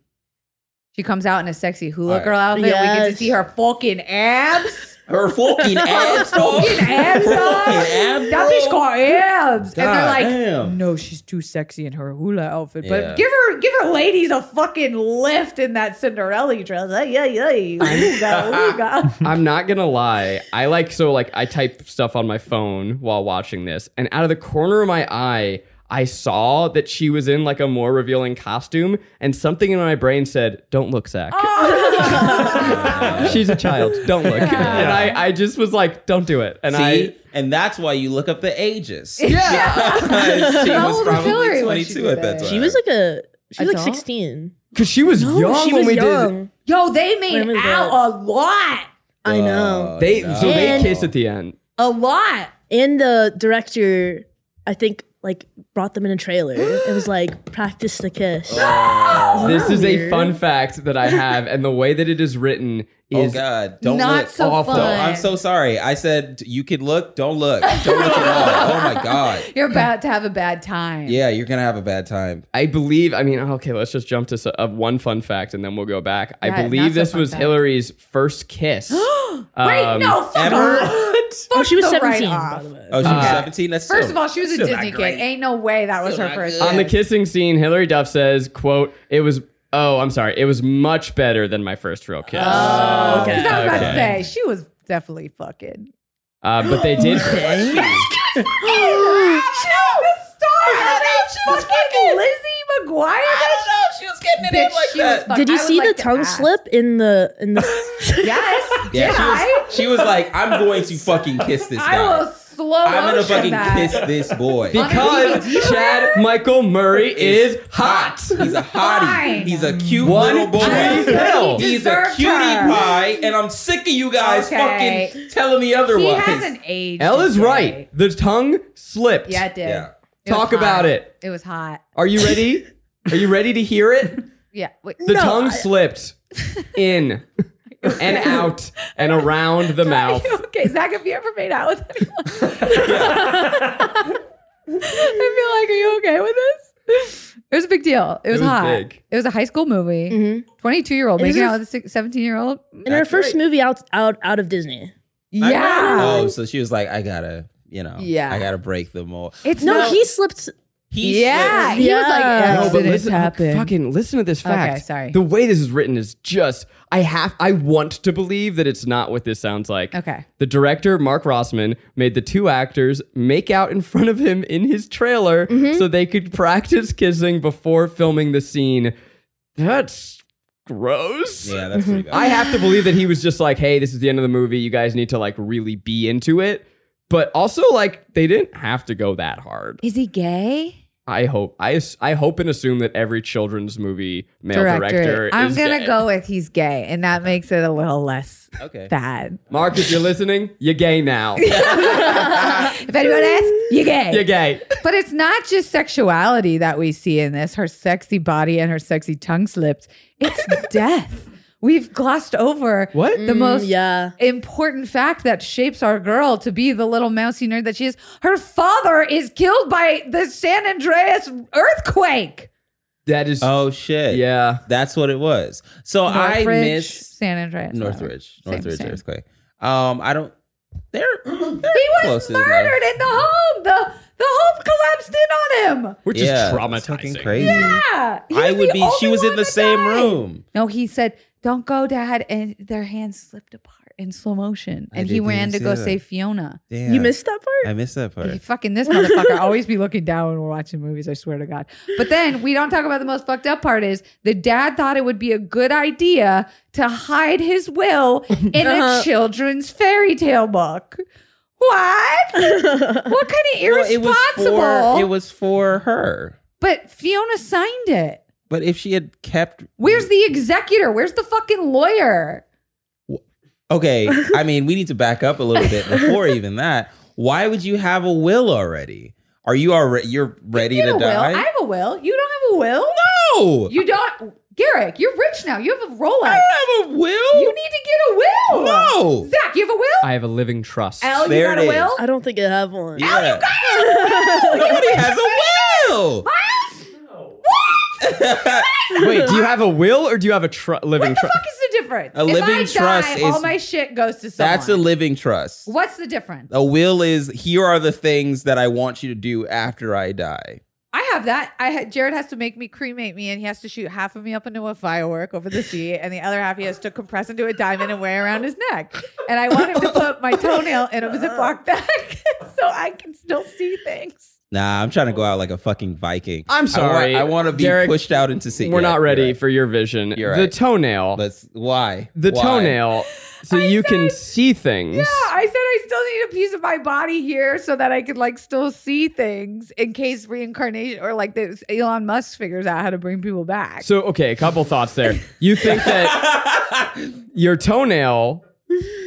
She comes out in a sexy hula
All right.
girl outfit. We get to
Yes.
see her fucking abs.
Her fucking ass,
fucking abs,
Fucking
dog.
abs,
That bitch
bro.
got abs. and they're
God
like,
damn.
no, she's too sexy in her hula outfit.
Yeah.
But give her give her ladies a fucking lift in that Cinderella dress. Ay, yeah, yeah. Ooga, ooga.
I'm not gonna lie. I like so like I type stuff on my phone while watching this, and out of the corner of my eye, I saw that she was in like a more revealing costume, and something in my brain said, "Don't look, Zach.
Oh.
She's a child. Don't look." And I, I just was like, "Don't do it." And
See,
I.
and that's why you look up the ages.
yeah.
she
How
was
old was
probably
Hillary when she
22
did
at that
that?
time.
Uh,
She was like a. She was like
Adult?
sixteen.
Because she was
No,
young
she
when
was
we
young.
did.
Yo, they made
Women
out a lot.
I know.
Oh,
They
no.
so they
And-
kissed at the end.
A lot.
and the director i think like brought them in a trailer it was like practice the kiss Isn't
This
that
is a
Oh, weird?
fun fact that I have, and the way that it is written
Oh
is
God! Don't
not
look.
so
awful.
fun.
I'm so sorry. I said you could look. Don't look. Don't look at all. Oh my God!
You're about to have a bad time.
Yeah, you're gonna have a bad time.
I believe, I mean, okay, let's just jump to so, uh, one fun fact and then we'll go back.
Yeah,
I
not
believe
so
this
fun
was
fact.
Hillary's first kiss.
Wait,
Um,
no, fuck
ever?
her.
oh she was
the
17
write-off.
by the way
Oh, she was
Okay.
17. That's
First
still-
of all, she was a
still not
Disney kid.
great.
Ain't no way that was
Still
her
not
first.
good.
On the
kiss.
kissing scene, Hillary Duff says, quote, it was, oh, I'm sorry, it was much better than my first real kiss.
Oh,
okay.
Because I was about
Okay.
to say she was definitely fucking.
Uh, but they did.
she was the star. fucking, Lizzie McGuire.
she was getting it
Bitch, she was fuck-
did you
I would
see
like
the
to
tongue
ask.
slip in the in the
Yes.
Yeah,
did
she
I?
was, she was like, I'm going to fucking kiss this guy.
I will slow
I'm gonna
motion
fucking
that.
kiss this boy.
Because Chad Michael Murray is hot.
He's a hottie.
Fine.
He's a cute
One
little boy.
tree hill.
He
He's a
deserved
cutie
her.
pie, and I'm sick of you guys
Okay.
fucking telling me
He
otherwise.
hasn't aged.
Elle is
a day.
right. The tongue slipped.
Yeah, it did.
Yeah.
It was
Talk
hot.
about it.
It was hot.
Are you ready? Are you ready to hear it?
Yeah. Wait.
The tongue slipped in and out and around the mouth.
Okay, Zach, have you ever made out with anyone? I feel like, are you okay with this? It was a big deal. It was,
was
hot.
big.
It was a high school movie.
Mhm.
22 year old
It was
making
her-
out with a 17 year old.
in her first movie out out out of disney
I-
Yeah.
Oh, so she was like, I gotta. you know,
Um, Yeah.
I gotta break the mold.
It's
No,
not-
he slipped.
He
Yeah,
said-
he was like,
Yeah.
accidents
No, but listen,
happen.
fucking listen to this
Okay,
fact.
sorry.
The way this is written is just. I have. I want to believe that it's not what this sounds like.
Okay.
The director Mark Rossman made the two actors make out in front of him in his trailer
Mm-hmm.
so they could practice kissing before filming the scene. That's gross.
yeah, that's
Mm-hmm.
pretty bad.
I have to believe that he was just like, hey, this is the end of the movie. You guys need to like really be into it. But also, like, they didn't have to go that hard.
Is he gay?
I hope I ass- I hope and assume that every children's movie male
Director.
director.
I'm
is
gonna
gay.
go with he's gay, and that makes it a little less
okay.
bad.
Mark, if you're listening, you're gay now.
if anyone asks, you gay.
you're gay.
But it's not just sexuality that we see in this, her sexy body and her sexy tongue slipped. It's death. We've glossed over
What?
Mm,
the most
Mm, Yeah.
important fact that shapes our girl to be the little mousy nerd that she is. Her father is killed by the San Andreas earthquake.
That is
Oh shit.
yeah.
That's what it was. So I
Northridge,
miss
San Andreas.
Northridge.
Same,
Northridge
same.
earthquake. Um, I don't they're, they're
He was
close enough.
murdered in the home. The the home collapsed in on him.
We're just
Yeah, that's fucking
traumatizing.
crazy.
Yeah. He
Mm. I
was
would
the
be she
only
was in
one
the
that
same
died.
room.
No, he said, "Don't go, Dad," and their hands slipped apart in slow motion,
I
and he
didn't
ran
even
to
see
go
that.
save Fiona.
Damn.
You missed that part.
I missed that part.
Fucking this motherfucker always be looking down when we're watching movies. I swear to God. But then we don't talk about the most fucked up part is the dad thought it would be a good idea to hide his will in a children's fairy tale book. What? what kind of
Well,
irresponsible?
for it was for her.
but Fiona signed it.
But if she had kept
Where's the executor? Where's the fucking lawyer?
Okay, I mean, we need to back up a little bit before even that. Why would you have a will already? Are you already you're ready
You
to
have a will.
die?
I have a will. You don't have a will?
no.
You don't. Garrick, you're rich now. You have a
I
Rolex.
don't have a will.
You need to get a will.
No.
Zach, you have a will?
I have a living trust.
Al, you
There
got
it is.
a will?
I don't think I have one.
Yeah. Nobody has a will.
Wait, do you have a will or do you have a tr- living
What the
trust?
fuck is the difference?
A
if
living
I
trust
die, all
is-
my shit goes to someone.
That's a living trust.
What's the difference?
A will is here are the things that I want you to do after I die.
I have that. I ha- Jared has to make me cremate me, and he has to shoot half of me up into a firework over the sea, and the other half he has to compress into a diamond and wear around his neck. And I want him to put my toenail in a Ziploc bag so I can still see things.
Nah, I'm trying to go out like a fucking Viking.
I'm
I want-
sorry,
I, want to be
Derek.
pushed out into sea.
We're
Yeah,
not
you're
ready
right.
for your vision.
You're
The
right.
toenail.
Let's why
the
Why?
toenail. So you can see things.
Yeah, I said I still need a piece of my body here so that I could like still see things in case reincarnation or like this Elon Musk figures out how to bring people back.
So okay, a couple thoughts there. You think that your toenail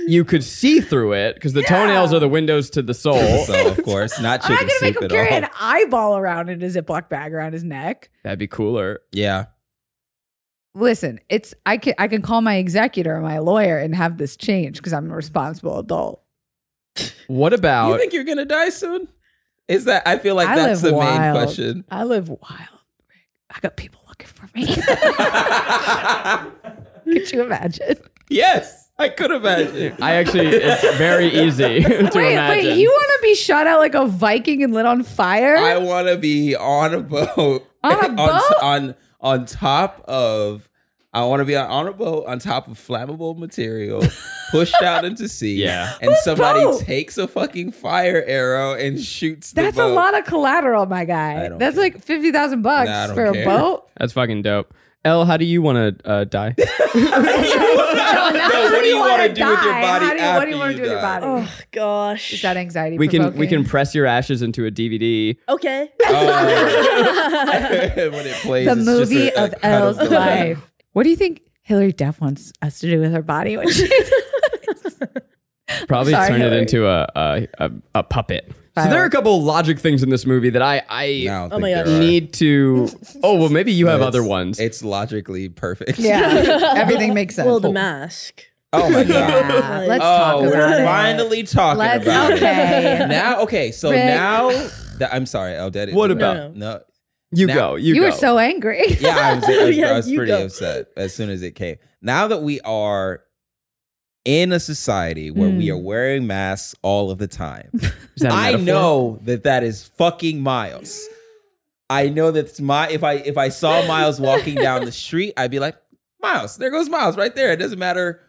you could see through it because the toenails are the windows to the soul.
So of course, not
I'm not
chicken
gonna
soup
make him
at
carry
all.
an eyeball around in a Ziploc bag around his neck.
That'd be cooler.
Yeah.
Listen, it's I can I can call my executor or my lawyer and have this change because I'm a responsible adult.
What
You
about
think you're gonna die soon? Is that I feel like
I
that's
live
the main
wild.
question.
I live wild. I got people looking for me. Could you imagine?
yes, I could imagine.
I actually it's very easy to
wait,
imagine.
wait, you want to be shot out like a Viking and lit on fire?
I want to be on a boat.
On a
on,
boat?
on on top of. I want to be on, on a boat on top of flammable material, pushed out into sea.
Yeah.
and somebody
boat?
takes a fucking fire arrow and shoots. The
That's a
boat.
lot of collateral, my
I
guy.
don't
That's
care.
like fifty thousand bucks
Nah, I don't
for a
care.
boat.
That's fucking dope. L, how do you want to uh, die?
No, not
what
how
do you
wanna
wanna do with your
die,
body
how do you- What
after
do you want to
you
do with your
die?
body?
Oh gosh.
Is that anxiety?
we can we
provoking?
can press your ashes into a DVD.
okay.
Oh. when it plays,
the
it's just
movie
a- a
of
cut
Elle's
the-
life. What do you think Hillary Duff wants us to do with her body? When she-
Probably
Sorry,
turn it
Hillary.
into a a, a, a puppet. So there are a
Fireworks.
couple logic things in this movie that I I
No, I don't
Oh my
think
gosh.
there are.
need to. Oh well, maybe you have
It's-
other ones.
It's logically perfect.
yeah, everything makes sense.
well, the mask.
Oh my god.
Yeah, let's
oh,
talk
we're
about it.
finally talking
Let's
about
okay.
it. Now, okay, so
Rick.
now that I'm sorry, I'll dead.
What
about-
no?
you
Now-
go. You,
you
go.
were so angry.
Yeah, I was, I was- I
Yeah,
was
you
pretty
go.
upset as soon as it came. Now that we are in a society where we are wearing masks all of the time.
Is that a
I
metaphor?
know that that is fucking Miles. I know that's my if I if I saw Miles walking down the street, I'd be like, Miles, there goes Miles right there. It doesn't matter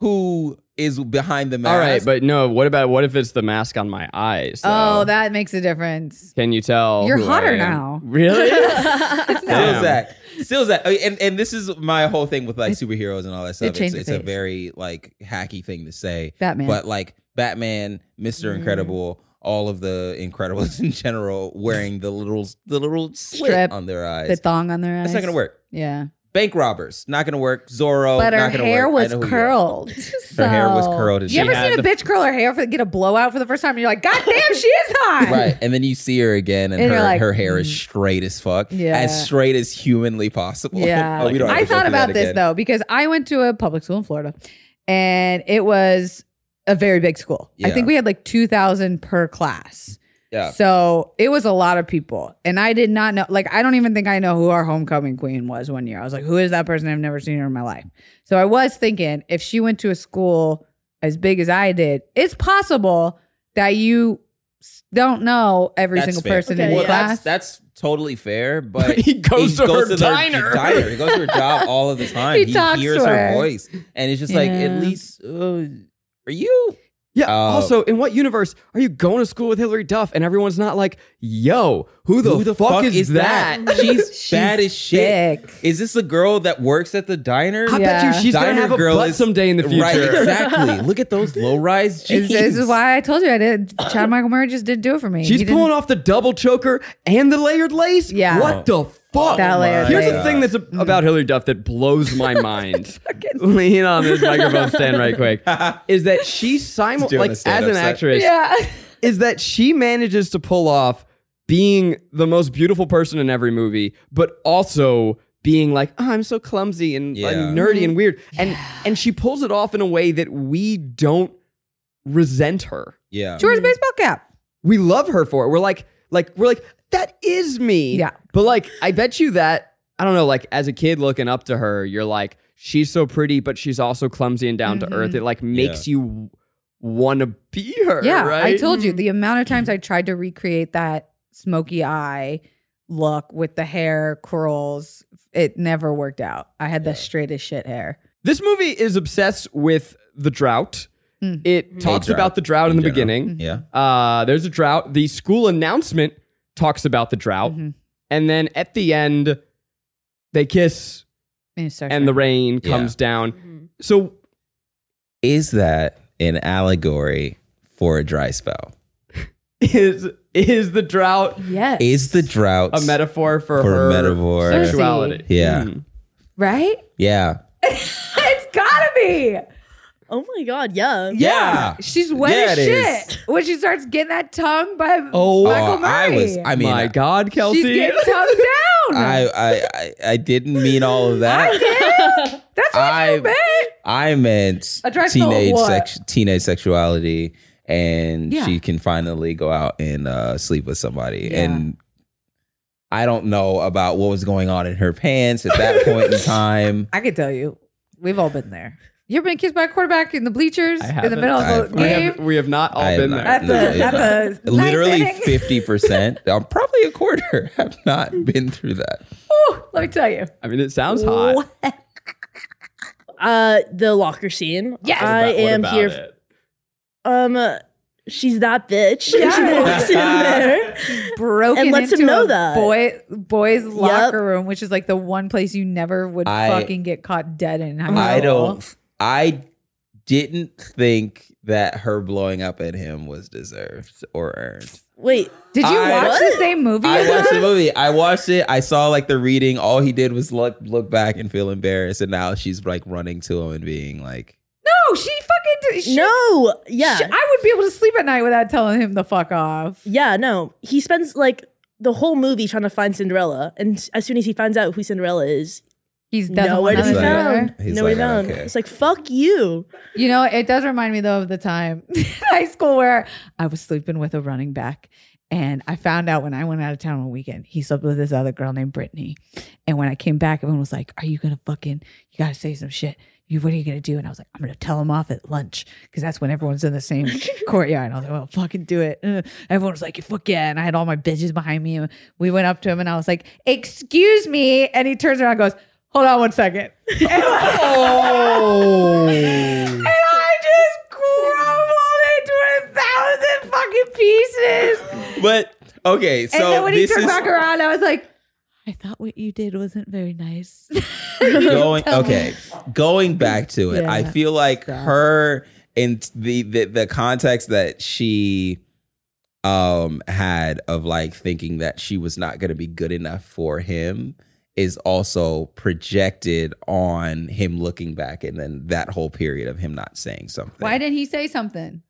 who is behind the mask.
All right, but no. What about what if it's the mask on my eyes? though?
Oh, that makes a difference.
Can you tell?
You're
who I
hotter
am?
now.
Really?
still
Damn.
Zach, still Zach, I- and and this is my whole thing with like superheroes and all that stuff. It's,
changed
it's
the
a
face.
very like hacky thing to say,
Batman. Mm-hmm.
but like Batman, Mister Incredible, all of the Incredibles in general wearing the little the little slit
Strip.
on their eyes.
the thong on their eyes.
That's not gonna work.
Yeah.
Bank robbers, not gonna work. Zorro,
But her
not gonna
hair
work. I
was
know who you are.
curled.
Her hair was curled and
You
she
ever
had
seen a
the-
bitch curl her hair for get a blowout for the first time? And you're like, God damn, she is hot.
Right, and then you see her again, and,
And
her,
you're like, "Mm."
her hair is straight as fuck,
Yeah.
as straight as humanly possible.
Yeah.
Oh, we don't have
I
to go
thought
through that
about this
again.
though, because I went to a public school in Florida and it was a very big school. I
Yeah.
think we had like 2,000 per class.
Yeah.
So it was a lot of people. And I did not know, like, I don't even think I know who our homecoming queen was one year. I was like, who is that person? I've never seen her in my life. So I was thinking if she went to a school as big as I did, it's possible that you s- don't know every
That's
single
fair.
person in
Okay,
your
well,
yeah.
class.
that's that's totally fair, but
He goes to her
their
diner.
diner. He goes to her job all of the time.
He
He,
talks
hears
to
her.
her.
voice, and it's just like
Yeah.
at least uh, are you?
Yeah.
Oh.
also, in what universe are you going to school with Hillary Duff and everyone's not like, yo, who the,
Who the
fuck, is, that?
She's, bad as shit.
thick.
Is this the girl that works at the diner?
I
Yeah.
bet you she's going
Diner
to have a
girl
butt
is-
someday in the future.
Right, exactly. Look at those low rise jeans.
This, this is why I told you I did. Chad Michael Murray just didn't do it for me.
She's
He didn't-
pulling off the double choker and the layered lace.
Yeah.
What the fuck?
That layered
Here's the
lace.
thing that's a- about Hillary Duff that blows my mind. Lean on this microphone stand right quick. Is that she simul
Doing
like
a
as
stand-up
an
set.
actress?
Yeah.
is that she manages to pull off being the most beautiful person in every movie, but also being like, oh, I'm so clumsy and,
Yeah.
and nerdy
Mm-hmm.
and weird. And and she pulls it off in a way that we don't resent her.
Yeah.
She wears a baseball cap.
We love her for it. We're like, like, we're like, that is me.
Yeah.
But like, I bet you that, I don't know, like as a kid looking up to her, you're like, she's so pretty, but she's also clumsy and down
Mhm.
to earth. It like makes you want to be her.
Yeah.
Right?
I told you the amount of times I tried to recreate that smoky eye look with the hair curls. It never worked out. I had the straightest shit hair.
This movie is obsessed with the drought.
Mm.
It talks
drought
about the drought in,
in
the
general.
beginning.
Yeah.
Hmm.
Uh, there's a drought. The school announcement talks about the drought.
Mhm.
And then at the end, they kiss
And, it starts
and the rain
Yeah.
comes down.
Mm-hmm.
So
Is that an allegory for a dry spell?
is is the drought
yes.
Is the drought
a metaphor for,
For a
her
metaphor.
sexuality?
Yeah.
Mm.
right?
Yeah.
it's gotta be.
Oh my god, yeah.
Yeah.
She's wet
Yeah,
as
it
shit
is.
when she starts getting that tongue by
Oh,
Michael Murray.
I was. I mean,
My God, Kelsey.
She's getting tongue down.
I, I I I didn't mean all of that. I
That's what you meant.
I meant
A dress code
teenage
what?
sex, teenage sexuality, and
Yeah.
she can finally go out and uh, sleep with somebody.
Yeah.
And I don't know about what was going on in her pants at that point in time.
I can tell you, we've all been there. You ever been kissed by a quarterback in the bleachers
I
in the
haven't.
middle of a
I
We
game?
have, we have not all
I have
been
not.
there.
at the,
No, it's
at the ninth
Literally
inning?
fifty percent, uh, probably a quarter, have not been through that.
Ooh, let me tell you.
I mean, it sounds hot.
Uh the locker scene.
Yes.
I
What
am
about
here.
it?
Um uh, she's that bitch.
Yeah.
She walks in there.
Broken
And lets him
into
know
a
that.
boy boys locker room, which is like the one place you never would
I-
fucking get caught dead in. High
I
school.
don't. I didn't think that her blowing up at him was deserved or earned.
Wait.
Did you
I-
watch the same movie?
I
as
watched the
us?
movie. I watched it. I saw like the reading. All he did was look look back and feel embarrassed. And now she's like running to him and being like,
No, she fucking did. She,
no. Yeah.
she- I would be able to sleep at night without telling him the fuck off.
yeah, no. He spends like the whole movie trying to find Cinderella, and as soon as he finds out who Cinderella is,
He's doesn't
nowhere
want
to be
He's
nothing to do with her.
found.
He's
Nobody
like, I don't
found.
care.
It's like fuck you.
You know, it does remind me though of the time in high school where I was sleeping with a running back. And I found out when I went out of town on a weekend, he slept with this other girl named Brittany. And when I came back, everyone was like, Are you gonna fucking, you gotta say some shit. you, what are you going to do? And I was like, I'm going to tell him off at lunch because that's when everyone's in the same courtyard. And I was like, well, fucking do it. Uh, Everyone was like, fuck yeah. And I had all my bitches behind me. And we went up to him and I was like, excuse me. And he turns around and goes, hold on one second.
Oh.
And I just crumbled into a thousand fucking pieces.
But okay, so
and then when he
this
turned
is
back around, I was like, I thought what you did wasn't very nice.
going okay. Going back to it, I
Yeah.
feel like her and the, the the context that she um had of like thinking that she was not going to be good enough for him is also projected on him looking back and then that whole period of him not saying something.
Why didn't he say something?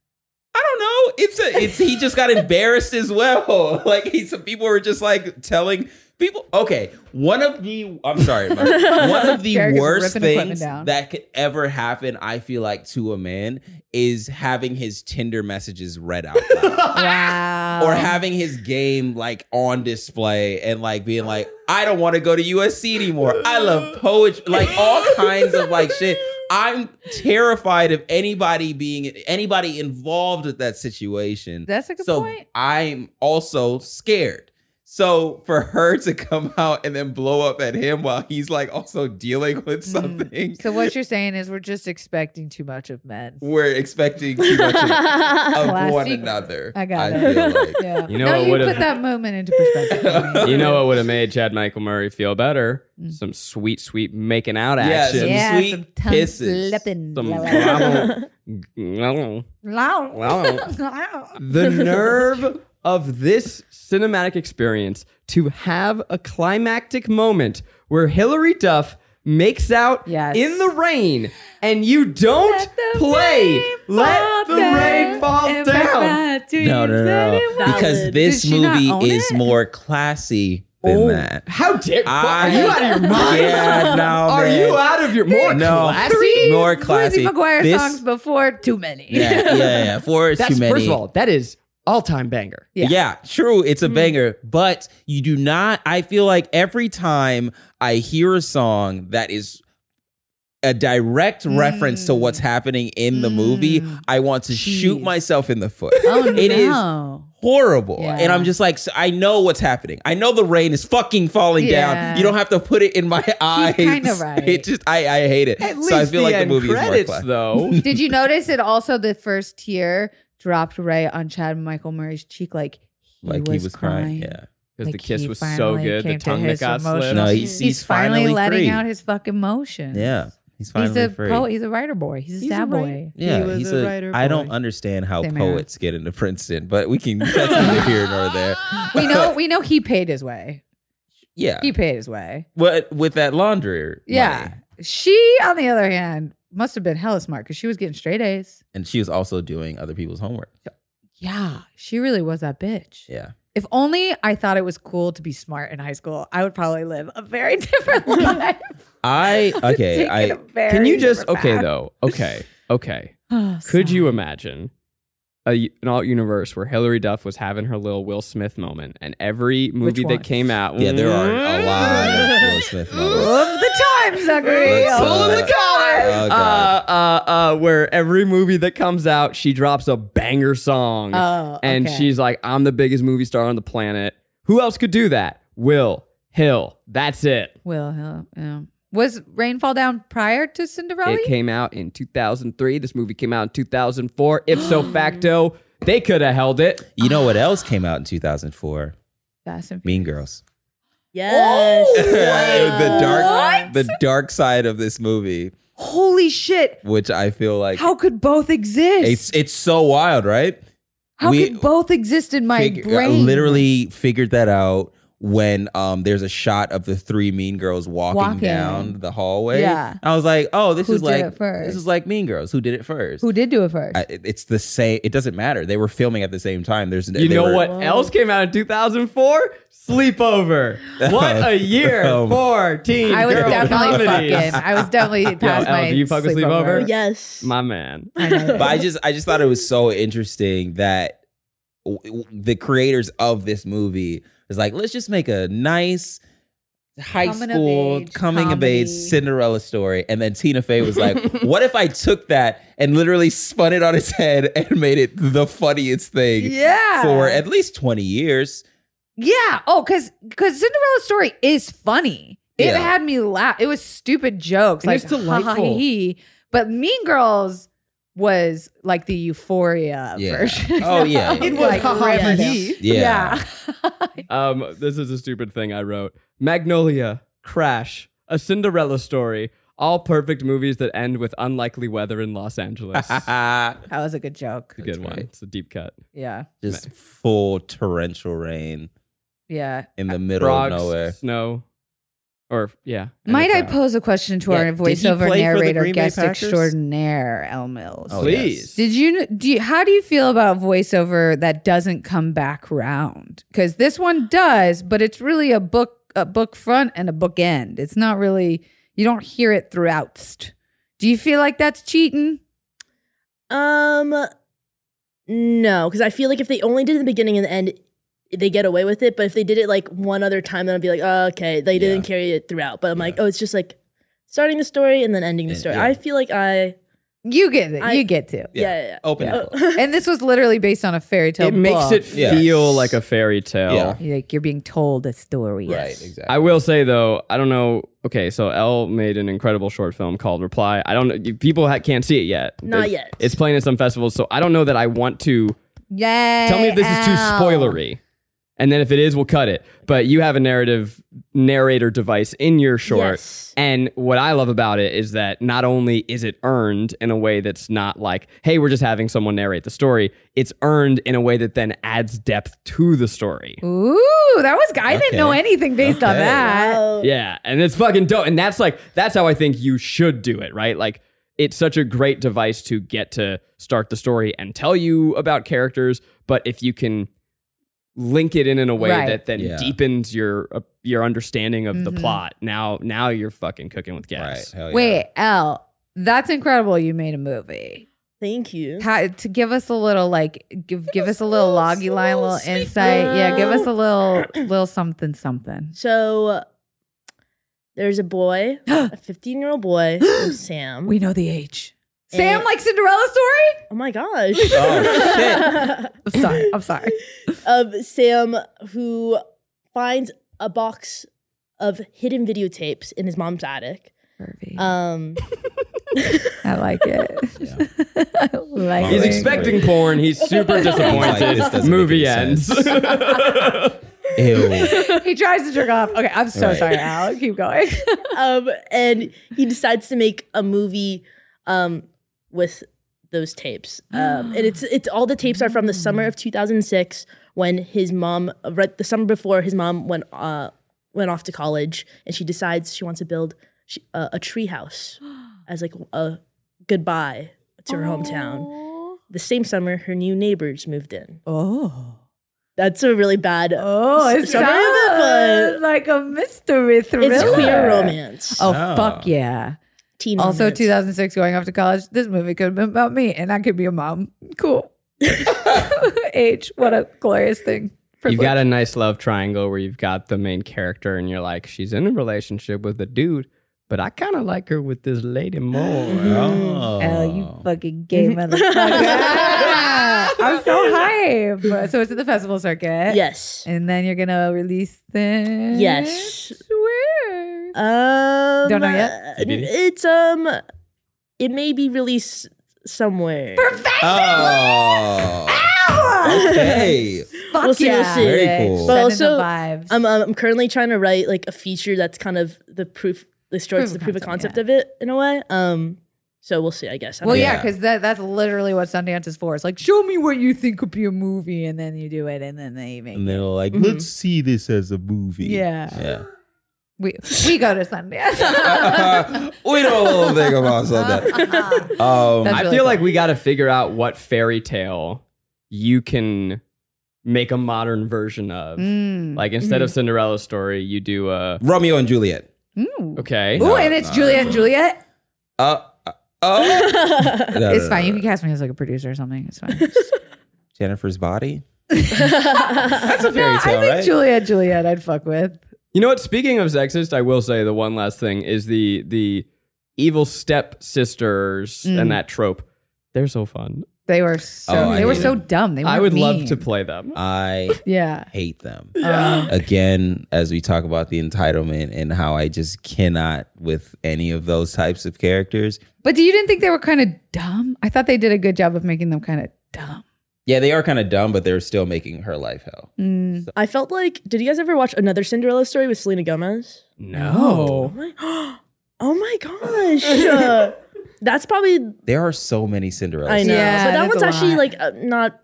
I don't know. It's a. It's he just got embarrassed as well. Like he, some people were just like telling people. Okay, one of the. I'm sorry. Mike. one of the
Derek is
worst
ripping equipment
things
down.
that could ever happen, I feel like, to a man is having his Tinder messages read out. loud.
Wow.
Or having his game like on display and like being like, I don't want to go to USC anymore. I love poetry, like all kinds of like shit. I'm terrified of anybody being anybody involved with that situation.
That's a good
so
point.
I'm also scared. So for her to come out and then blow up at him while he's like also dealing with
Hmm.
something,
So what you're saying is we're just expecting too much of men.
we're expecting too much of, of one
Classic.
another.
I got
I
it.
feel like.
Yeah.
You know
now
what
you
would've-
put that moment into perspective.
You know what would have made Chad Michael Murray feel better?
Mm.
Some sweet, sweet making out
Yes.
action.
Yeah. Sweet
tongue
kisses.
slipping.
Some
Blah,
grommo-
blah, blah.
grommo- the nerve of this cinematic experience to have a climactic moment where Hillary Duff makes out
Yes.
in the rain and you don't
the
play
rain
let the
fall
rain
down
fall
and back
down
up to
No,
you
no,
that
no,
it
no.
was-
Because
Valid.
this
Did she not
movie
own
is
it? Oh,
more classy than that.
Oh, how dare are
I-
you out of your mind
Yeah, no,
are
man.
you out of your more
No.
classy
More
Lizzie
classy.
McGuire
This-
songs before too many.
Yeah, yeah, yeah. For too
that's
many.
first of all that is all-time banger
Yeah.
Yeah. Mm-hmm.
true. It's a banger, but you do not. I feel like every time I hear a song that is a direct reference to what's happening in the movie, I want to shoot
Mm. Jeez.
myself in the foot.
Oh no.
It is horrible.
Yeah.
And I'm just like, so I know what's happening. I know the rain is fucking falling down.
Yeah.
You don't have to put it in my eyes.
kinda right.
It just, I, I hate it.
At
so I feel like the
end
movie is
credits,
more fun.
though
Did you notice it also the first tear dropped right on Chad Michael Murray's cheek like he,
Like
was,
he was
crying.
crying. Yeah.
because the
Like,
kiss
he
was so
finally
good the
came to
tongue that
his
got slipped
emotions.
No, he's,
He's,
he's,
finally, letting
free.
out his fucking emotions.
Yeah. He's
He's
finally
a
free.
poet. He's a writer boy. He's a
He's a
sad
writer.
boy.
Yeah,
He was
he's
a
a.
writer
I don't
boy.
understand how
Same era.
poets get into Princeton, but we can. That's neither here nor there.
we know. We know he paid his way.
Yeah,
He paid his way.
but with that laundry,
Yeah.
money.
She, on the other hand, must have been hella smart because she was getting straight A's.
and she was also doing other people's homework.
Yeah, she really was that bitch.
Yeah,
If only I thought it was cool to be smart in high school, I would probably live a very different life.
I okay.
Taking
I
a very
Can you just
different
okay
path.
though? Okay, okay.
Oh,
Could
sorry.
you imagine a, an alt universe where Hillary Duff was having her little Will Smith moment, and every movie
one?
that came out, Mm-hmm.
yeah, there are a lot of Will Smith moments.
Of the times, Zachary.
Let's,
Of
uh,
the times.
Uh,
Oh, God.
uh, uh, where every movie that comes out, she drops a banger song,
Oh,
and
okay.
she's like, "I'm the biggest movie star on the planet." Who else could do that? Will Hill. That's it.
Will Hill. Yeah. Was Rainfall Down prior to Cinderella?
It came out in 2003. This movie came out in 2004. If so facto, they could have held it.
you know what else came out in 2004?
Fast and
Mean Girls.
Oh,
Yes.
the dark, the dark side of this movie,
Holy shit.
which I feel like
How could both exist?
it's it's so wild, right?
How
we-
could both exist in my
uh,
fig- I
brain?
literally figured that out when um there's a shot of the three mean girls walking,
Walking.
down the hallway.
Yeah.
I was like, oh, this
Who
is
did
like
it first?
this is like Mean Girls. Who did it first?
Who did do it first?
I, it- it's the same. It doesn't matter. They were filming at the same time. There's
You
they
know
were-
what else came out in 2004? Sleepover. What a year
Um,
for teen
I was
girl
definitely
comedies.
fucking. I was definitely past
Elle,
my
do you fuck with
sleepover.
sleepover?
Yes.
My man.
I know.
But I just I just thought it was so interesting that w- w- the creators of this movie was like, let's just make a nice high
Coming of
school
age,
coming of age
comedy.
Cinderella story, and then Tina Fey was like, "What if I took that and literally spun it on its head and made it the funniest thing
Yeah.
for at least twenty years?"
Yeah. Oh, because because Cinderella story is funny. It
Yeah.
had me laugh. It was stupid jokes,
And
like
it's
ha ha ha
delightful.
he. But Mean Girls was like the Euphoria
Yeah.
version.
Oh, yeah, yeah.
It
It
was like, ripped.
Yeah.
Um, this is a stupid thing I wrote. Magnolia, Crash, A Cinderella Story, all perfect movies that end with unlikely weather in Los Angeles. It's a
that was a good joke.
good one.
right.
It's a deep cut.
Yeah.
Just full torrential rain
Yeah.
in the middle
Frogs,
of nowhere.
snow, or yeah. and
Might
a
I
frog.
pose a question to our
uh, Yeah, did he
voiceover
play for the
narrator,
Green Bay
guest
Packers?
extraordinaire, El Mills?
Oh,
Please.
Did you do? You, how do you feel about voiceover that doesn't come back round? Because this one does, but it's really a book, a book front and a book end. It's not really. You don't hear it throughout. Do you feel like that's cheating?
Um, no, because I feel like if they only did it in the beginning and the end, they get away with it. But if they did it like one other time, then I'd be like, oh, okay, they didn't carry it throughout. But I'm like, oh, it's just like starting the story and then ending the
And-
story.
yeah.
I feel like I,
You get it.
I-
you get to.
Yeah.
yeah, yeah, yeah.
Open
Oh.
it up.
And this was literally based on a fairy tale.
It makes it
book.
Yeah.
feel like a fairy tale.
Yeah.
like you're being told a story.
Right, exactly.
I will say though, I don't know. Okay, so Elle made an incredible short film called Reply. I don't know. you- People ha- can't see it yet.
Not
It-
yet.
It's playing at some festivals, so I don't know that I want to.
Yeah.
Tell me if this is too spoilery. And then if it is, we'll cut it. But you have a narrative narrator device in your short.
Yes.
And what I love about it is that not only is it earned in a way that's not like, hey, we're just having someone narrate the story, it's earned in a way that then adds depth to the story.
Ooh, that was. I didn't
Okay.
know anything based on
Okay.
that.
Oh,
Yeah, and it's fucking dope. And that's like that's how I think you should do it, right? Like it's such a great device to get to start the story and tell you about characters, but if you can link it in in a way
Right.
that then
Yeah.
deepens your uh, your understanding of
Mhm.
the plot, now now you're fucking cooking with gas.
Right. Hell yeah.
Wait, L, that's incredible. You made a movie.
thank you.
How, to give us a little, like, give give us a little loggy line, a little insight. Yeah, give us a little, little something, something.
So there's a boy, a 15 year old boy, named Sam.
We know the age. Sam,
Eh.
like Cinderella story.
oh my gosh.
Oh,
I'm sorry. I'm sorry.
of Sam who finds a box of hidden videotapes in his mom's attic.
Kirby.
Um,
I like it. I like
He's
it.
Right.
expecting porn. He's super
Like,
disappointed.
this doesn't make
Movie
any
ends.
sense. Ew.
he tries to jerk off. Okay, I'm so
Right.
sorry, Al. Keep going.
um, and he decides to make a movie um, with those tapes. Um, and it's it's all the tapes are from the summer of 2006 when his mom right the summer before his mom went uh, went off to college and she decides she wants to build she, uh, a tree house as like a goodbye to her hometown. The same summer her new neighbors moved in.
Oh.
That's a really bad
Oh, it
Sorry about that,
sounds like a mystery thriller.
It's queer romance.
Oh,
Oh.
fuck yeah.
Teen
Also,
romance.
2006, going off to college. This movie could have been about me, and I could be a mom. Cool. Age, what a glorious thing.
You've
Privilege.
got a nice love triangle where you've got the main character and you're like, she's in a relationship with a dude, but I kind of like her with this lady more.
Oh.
Oh, you fucking gay motherfucker. Mm-hmm. I'm so hype. So it's at the festival circuit.
Yes.
And then you're going to release this.
Yes.
Where?
Um,
Don't know yet?
uh, It's um, it may be released somewhere.
Oh.
Ah.
Okay.
Fuck
Uh, We'll see, we'll
yeah.
see.
Very cool.
But
Sending
also,
the vibes.
I'm um, I'm currently trying to write like a feature that's kind of the proof, the strokes,
Proof
the
of
proof of
concept,
concept of it in a way. Um, so we'll see. I guess. I
well,
don't
yeah,
Yeah.
because that, that's literally what Sundance is for. It's like, show me what you think could be a movie, and then you do it, and then they make
And they're like,
Mm-hmm.
Mhm.
let's see this as a movie.
Yeah.
Yeah.
We we go to Sundance.
we know a little thing about something. Um,
That's
I
really
feel
cool.
like we got to figure out what fairy tale you can make a modern version of.
Mm.
Like instead of Cinderella's story, you do a.
Romeo and Juliet.
Ooh.
Okay.
Ooh, and it's Juliet and Juliet.
Uh, uh, oh.
know.
No, no,
It's
no,
fine.
no,
You
no.
can cast me as like a producer or something. It's fine.
Jennifer's body. That's a fairy
I
tale,
think
right?
Juliet, Juliet, I'd fuck with.
You know what? Speaking of sexist, I will say the one last thing is the the evil stepsisters
Mm.
and that trope. They're so fun.
They were so
Oh, I
they were
hate
so
it.
dumb. They
I
weren't
would love
mean.
to play them.
I
Yeah. Um,
hate them.
Yeah.
Again, as we talk about the entitlement and how I just cannot with any of those types of characters.
But do you didn't think they were kind of dumb? I thought they did a good job of making them kind of dumb.
Yeah, they are kind of dumb, but they're still making her life hell.
Mm.
I felt like, did you guys ever watch another Cinderella story with Selena Gomez?
No.
I'm like, oh my gosh. Uh, that's probably,
There are so many Cinderella.
I know.
Yeah,
but that
that's
one's
a
actually
lot.
like uh, not,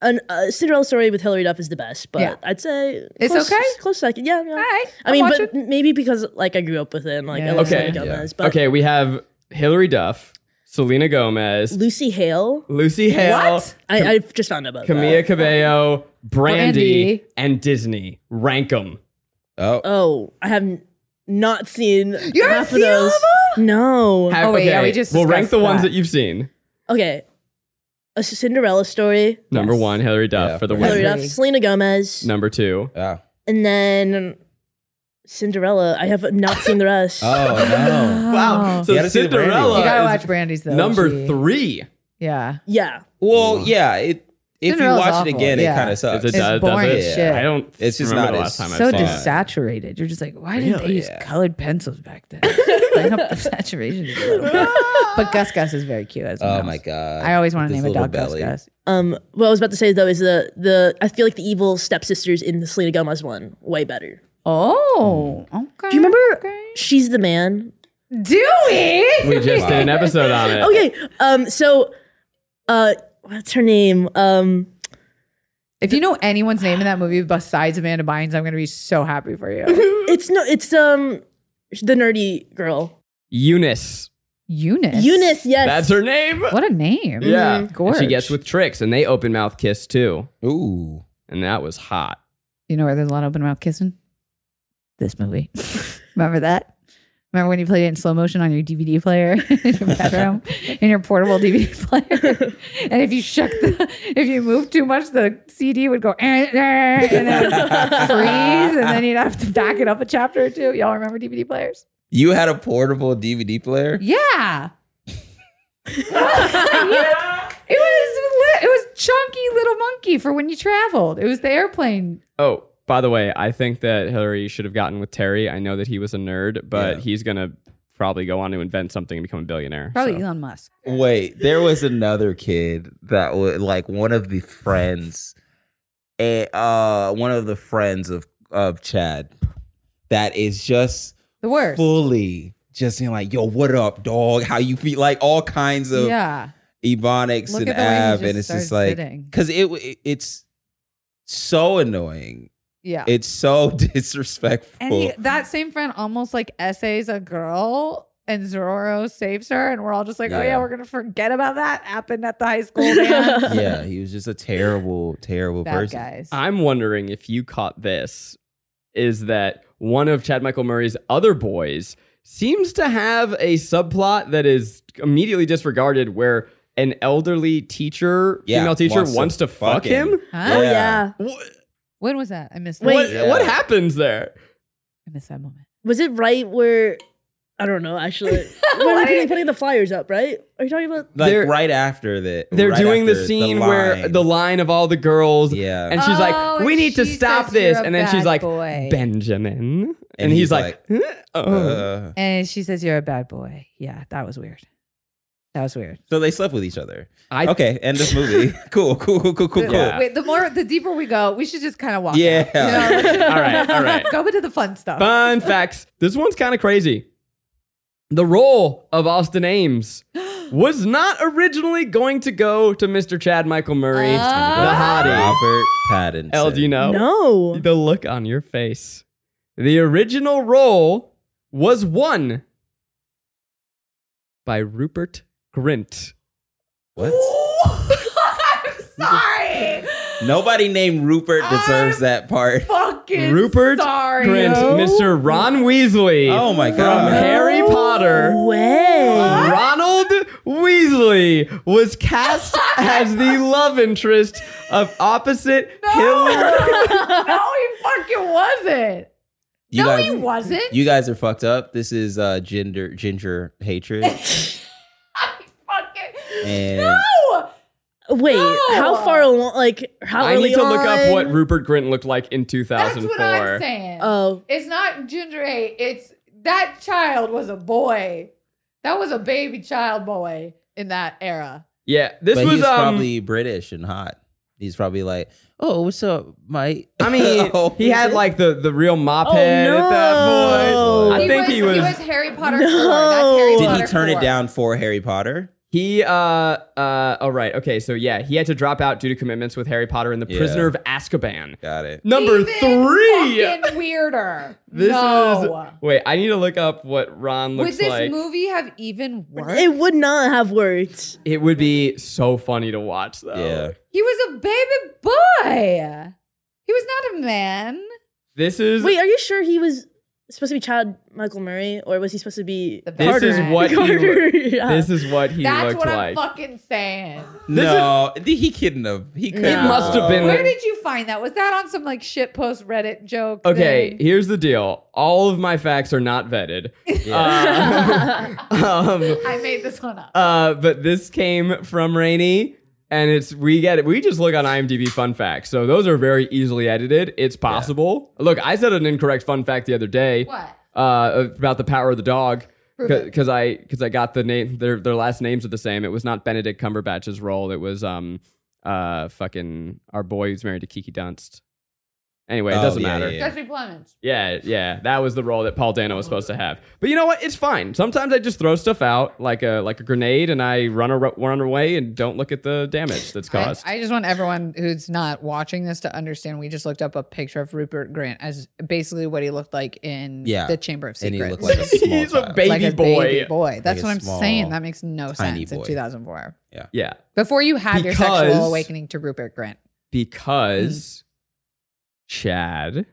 an uh, Cinderella story with Hilary Duff is the best, but
Yeah.
I'd say
It's
close-
okay?
Close second. Yeah. yeah.
All right.
I mean, but maybe because like I grew up with it and like
Yeah.
I love
Okay.
Selena Gomez. But
Okay, we have Hilary Duff, Selena Gomez,
Lucy Hale,
Lucy Hale,
What?
I, I just found out about
Camilla
that.
Cabello, Brandy,
Brandy.
and Disney. Rank them.
Oh,
Oh, I have n- not seen
You haven't
half
seen all
of
of
those. No.
Oh, wait, yeah, we just
We'll rank
discussed
the ones
that.
that you've seen.
okay. A Cinderella story.
Number
Yes.
one, Hilary Duff
Yeah,
for the
Brandy.
Hilary
win.
Duff,
Agree.
Selena Gomez,
Number two,
oh,
and then Cinderella. I have not seen the rest.
oh
Wow.
You
So
gotta see the Brandy
Cinderella.
one.
You gotta
is
watch Brandy's though.
number
She-
three.
Yeah.
Yeah.
no. well, yeah. It, if
Cinderella's
you watch
awful,
it again,
yeah.
it kind of sucks.
If it
It's
does, does
boring
it?
as shit.
I don't.
It's just
remember
not
the
as-
last time I
So
saw it.
desaturated. You're just like, why didn't they
Really?
use colored pencils back then? Clean up the saturation a little bit. But Gus Gus is very cute as well.
Oh my god!
I always want to
This
name a
little
dog Gus
belly.
Gus.
Um. What I was about to say though is the the I feel like the evil stepsisters in the Selena Gomez one way better.
Oh,
Hmm.
okay.
Do you remember?
okay.
She's the man.
Do we?
We just did an episode on
Oh.
it.
Okay. Um. So, uh, what's her name? Um.
If you know anyone's name in that movie besides Amanda Bynes, I'm gonna be so happy for you.
It's no. It's um. The nerdy girl.
Eunice.
Eunice.
Eunice. Mm-hmm. Yes.
That's her name.
What a name.
Yeah. And
Gorge.
she gets with tricks, and they open mouth kiss too,
Ooh,
and that was hot.
You know where there's a lot of open mouth kissing? This movie. Remember that? Remember when you played it in slow motion on your DVD player in your bedroom, in your portable DVD player? and if you shook the, if you moved too much, the CD would go "Eh, eh," and then it would freeze, and then you'd have to back it up a chapter or two. Y'all remember DVD players?
you had a portable DVD player?
Yeah. it was li- it was chunky little monkey for when you traveled. It was the airplane
Oh, by the way, I think that Hillary should have gotten with Terry. I know that he was a nerd, but
Yeah.
he's gonna probably go on to invent something and become a billionaire.
Probably
so.
Elon Musk.
Wait, there was another kid that was like one of the friends, eh, uh, one of the friends of of Chad, that is just
The worst.
fully just being like, "Yo, what up, dog? How you feel?" Like all kinds of
yeah.
ebonics
Look
and
at the way he
Av,
just
and it's just
started
like
sitting.
because it, it it's so annoying.
Yeah.
It's so disrespectful.
and he, that same friend almost like essays a girl and Zorro saves her and we're all just like, Oh yeah,
Yeah.
we're gonna forget about that. Happened at the high school dance.
yeah, he was just a terrible, terrible
Bad
person.
guys.
I'm wondering if you caught this is that one of Chad Michael Murray's other boys seems to have a subplot that is immediately disregarded where an elderly teacher,
Yeah,
female teacher, wants, to, fuck him.
Huh?
Oh
Yeah.
yeah.
What,
When was that? I missed that.
Wait.
what,
Yeah.
what happens there?
I missed that moment.
Was it right where? I don't know. Actually, when are they putting, putting the flyers up? Right? Are you talking about?
Like
They're-
right after that,
They're
right
doing the
after
scene where
line.
the line of all the girls.
yeah,
And she's
Oh,
like, we
and
need to
she
stop
says you're
this.
a
And then
bad
she's like,
boy.
Benjamin. And,
And
he's,
he's
like, oh.
uh,
And she says, You're a bad boy. Yeah, that was weird. That was weird.
so they slept with each other.
I,
okay, end this movie. cool, cool, cool, cool, cool, cool.
Yeah.
Wait, the more the deeper we go, we should just kind of walk. out,
Yeah.
you know?
All right, all right.
Go into the fun stuff.
Fun facts. This one's kind of crazy. The role of Austin Ames was not originally going to go to Mr. Chad Michael Murray,
Ah.
the hottie.
Robert Pattinson.
El, do you know?
No.
The look on your face. The original role was won by Rupert Grint.
What?
I'm sorry.
Nobody named Rupert deserves that part.
Fucking
Rupert
sorry.
Grint, Mr. Ron Weasley.
Oh my
From
God.
Harry Potter.
Way.
Ronald Weasley was cast as the love interest of opposite
No,
Hillary.
no, he fucking wasn't.
You
no,
guys,
he wasn't.
You guys are fucked up. This is uh, gender ginger hatred.
Fucking
And
no.
Wait,
No!
how far along? Like how
I
early
need to look up
on?
what Rupert Grint looked like in
That's
2004.
what I'm saying.
Oh,
It's not ginger eight. It's that child was a boy. That was a baby child boy in that era.
Yeah, this
but
was
he's
um,
probably British and hot. He's probably like, oh, what's up, mate?
I mean,
Oh.
he had like the the real mop
Oh,
head at that
no.
point. I
he
think
was,
he was.
He was Harry Potter.
No.
Four. That's Harry
Did
Did
Potter
he turn
four.
it down for Harry Potter?
He uh uh all right okay so yeah he had to drop out due to commitments with Harry Potter and the
Yeah.
Prisoner of Azkaban.
Got it.
Number
Even
three.
fucking Weirder.
This
no.
is wait. I need to look up what Ron looks
Would this
like.
movie have even worked?
it would not have worked.
it would be so funny to watch though.
Yeah.
he was a baby boy. He was not a man.
This is
Wait, are you sure he was supposed to be child Michael Murray, or was he supposed to be
The
this is
Carteret.
what he
Carter?
lo-
yeah.
this is what he
That's
looked
what
like.
I'm fucking saying.
no, he couldn't have. He couldn't. have.
must have been-
Where did you find that? Was that on some like shit post Reddit joke?
Okay,
thing?
here's the deal. All of my facts are not vetted. Uh, um,
I made this one up.
uh, but this came from Rainey, and it's we get it. We just look on IMDb fun facts, so those are very easily edited. It's possible. Look, I said an incorrect fun fact the other day.
What?
Uh, about the power of the dog.
Prove it.
Because I because I got the name their their last names are the same. It was not Benedict Cumberbatch's role. It was um uh fucking our boy who's married to Kiki Dunst. Anyway, it
Oh,
doesn't
yeah,
matter.
yeah, yeah.
Jeffrey Plemons.
Yeah, yeah, that was the role that Paul Dano was supposed to have. But you know what? It's fine. Sometimes I just throw stuff out like a like a grenade, and I run a, run away and don't look at the damage that's
I,
caused.
I just want everyone who's not watching this to understand. We just looked up a picture of Rupert Grant as basically what he looked like in
Yeah.
the Chamber of Secrets.
And he looked like a small
He's a
child.
baby
Like a
boy.
baby boy. That's
Like a
what I'm
small,
saying. That makes no
tiny
sense in
boy.
2004.
Yeah,
Before you had your sexual
Because-
awakening to Rupert Grant.
Mm.
because Chad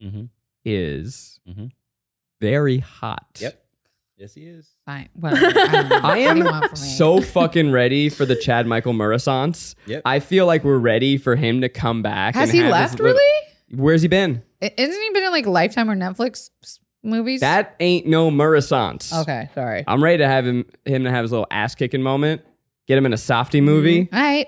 Mhm.
is
Mhm.
very hot.
Yep. Yes, he is.
Fine. Well, I, don't know.
I
What do you
am
want from me?
so fucking ready for the Chad Michael Murissance.
Yep.
I feel like we're ready for him to come back.
Has
and
he
have his
left
lit-
really?
Where's he been?
I- Isn't he been in like Lifetime or Netflix s- movies?
That ain't no Murissance.
okay, sorry.
I'm ready to have him him to have his little ass kicking moment. Get him in a softy movie.
All right.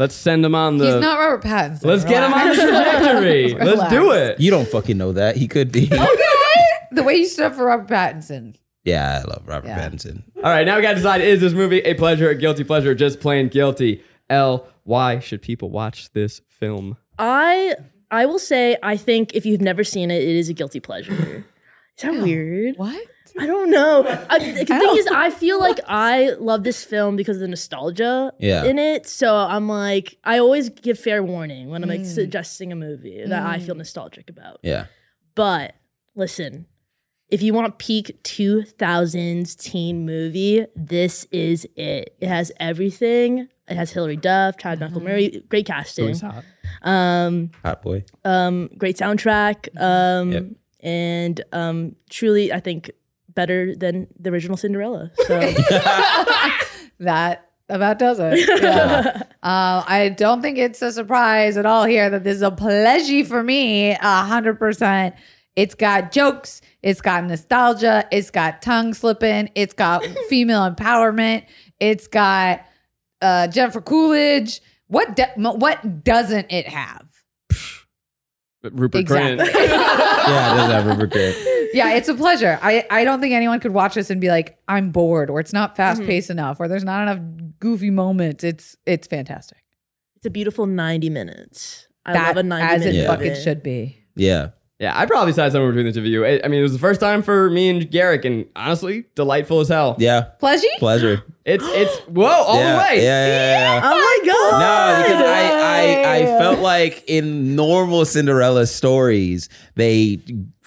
Let's send him on the.
Mm-hmm. He's not Robert Pattinson.
let's get him on the
Relax.
trajectory. let's
Relax.
do it.
You don't fucking know that. He could be.
The way you stood up for Robert Pattinson.
yeah, I love Robert
Yeah.
Pattinson.
All right, now we got to decide: is this movie a pleasure, a guilty pleasure, or just plain guilty? L. Why should people watch this film?
I I will say I think if you've never seen it, it is a guilty pleasure. Is that weird?
What?
I don't know. I, the thing
don't-
is, I feel like I love this film because of the nostalgia
Yeah.
in it. So I'm like, I always give fair warning when I'm like suggesting a movie that I feel nostalgic about.
Yeah.
But listen, if you want peak 2000s teen movie, this is it. It has everything. It has Hilary Duff, Chad
Mm-hmm.
Michael Murray, great casting,
hot.
um,
Hot boy.
um, great soundtrack, um,
Yep.
and um, truly, I think better than the original Cinderella. So
That about does it. Yeah. uh, I don't think it's a surprise at all here that this is a pleasure for me. A hundred percent. It's got jokes. It's got nostalgia. It's got tongue slipping. It's got female empowerment. It's got uh, Jennifer Coolidge. What do- what doesn't it have?
Rupert Grant.
Yeah, it does have Rupert Grant.
yeah, it's a pleasure. I, I don't think anyone could watch this and be like, I'm bored, or it's not fast
Mm-hmm.
paced enough, or there's not enough goofy moments. It's it's fantastic.
it's a beautiful 90 minutes. I love
that
a 90
as
minute
it
Yeah.
fucking
movie.
should be.
Yeah.
Yeah, I probably decided somewhere between the two of you. I, I mean, it was the first time for me and Garrick, and honestly, delightful as hell.
Yeah.
Pleasure?
Pleasure.
It's it's whoa all
yeah.
the way.
Yeah. yeah, yeah, yeah.
Oh my god!
No, because I, I I felt like in normal Cinderella stories, they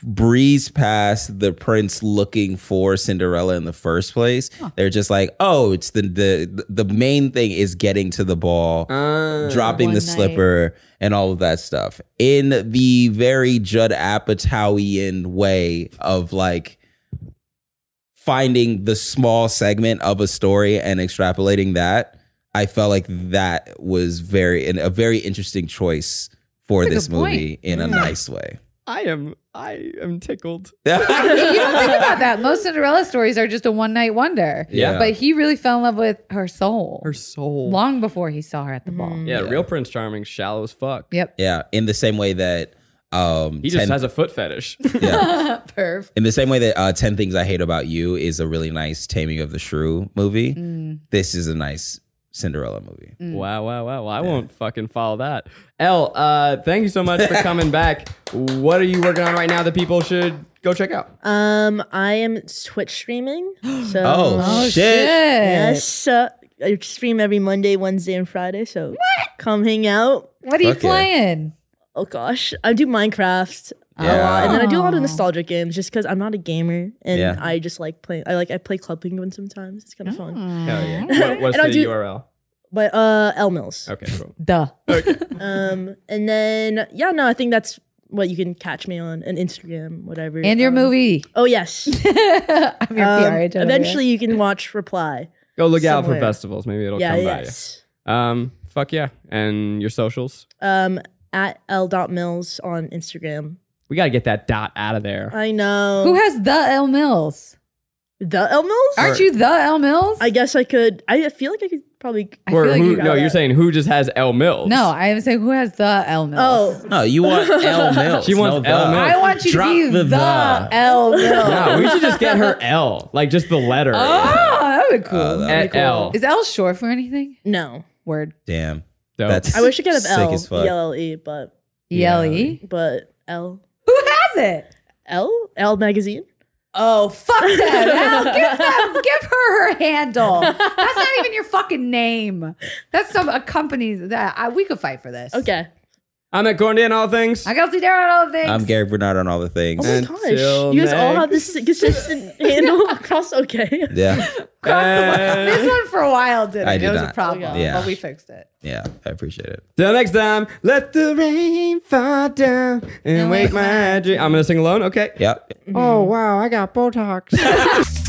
breeze past the prince looking for Cinderella in the first place. They're just like, oh, it's the the the main thing is getting to the ball,
Uh,
dropping
One
the
night.
slipper, and all of that stuff. In the very Judd Apatowian way of like finding the small segment of a story and extrapolating that, I felt like that was very and a very interesting choice for
That's a
this
good point.
movie in a nice way.
I am I am tickled.
you don't think about that. Most Cinderella stories are just a one night wonder.
Yeah.
But he really fell in love with her soul. Her
soul.
long before he saw her at the
Mm-hmm.
ball.
Yeah, real Prince Charming's shallow as fuck.
Yep.
yeah, in the same way that um
He just
10
has a foot fetish.
yeah.
Perv.
in the same way that uh, 10 Things I Hate About You is a really nice Taming of the Shrew movie. This is a nice Cinderella movie.
Wow, wow, wow. Well, I won't fucking follow that. L, uh, thank you so much for coming back. What are you working on right now that people should go check out?
Um, I am Twitch streaming. So
Oh, shit.
yes, uh, I stream every Monday, Wednesday, and Friday. So come hang out.
What are you
Fuck yeah.
playing?
Oh gosh, I do Minecraft a
Yeah.
lot, and then Oh, I do a lot
Aw.
of nostalgic games just because I'm not a gamer and
Yeah.
I just like playing. I like I play Club Penguin sometimes. It's kind of
Oh.
fun.
Hell yeah. What- what's
And I'll
the
do-
URL?
But uh, L Mills.
Okay, cool.
Duh.
Um, and then yeah, no, I think that's what you can catch me on and Instagram, whatever.
And your
Um,
movie.
Oh yes.
I'm your
Um,
PR agent. over
eventually, you can watch Reply.
Go look out for
Somewhere.
festivals. Maybe it'll
yeah.
come
Yes.
by you. Um, fuck yeah. And your socials?
Um, at L dot Mills on Instagram.
We got to get that dot out of
Uh,
there.
I know.
there. Who has the L Mills?
the L Mills?
Aren't you the L Mills?
I guess I could. I feel like I could probably.
I
Or
feel like
who,
you got
no,
it.
you're saying who just has L Mills?
No, I am saying who has the L Mills.
Oh,
No, you want L Mills.
She wants
no,
L.
the.
Mills.
I want you
Drop
to be
the
the,
the.
L Mills.
No, we should just get her L, like just the letter.
Oh, that would be cool.
Uh, that-
At L.
Is L short for anything?
no.
Word.
Damn.
Dope.
That's
I wish I could have
sick
L,
as fuck.
E-L-L-E, but
E-L-E.
but L
E Who has it?
L L magazine.
Oh, fuck that. Al. give, them, give her her handle. That's not even your fucking name. That's some a company that I, we could fight for this.
Okay.
I'm at Corny and all things.
I got to Darren all the things.
I'm Gary Bernard on all the things.
Oh my
And
gosh,
till
you guys all
next-
have this consistent handle across. Okay.
yeah.
This
And
one for a while didn't.
I did
it was
not.
a
Oh,
problem,
Yeah.
but we fixed it.
Yeah. I appreciate it.
till next time, let the rain fall down and wake my dream. I'm gonna sing alone. Okay.
Yep.
Oh wow, I got Botox.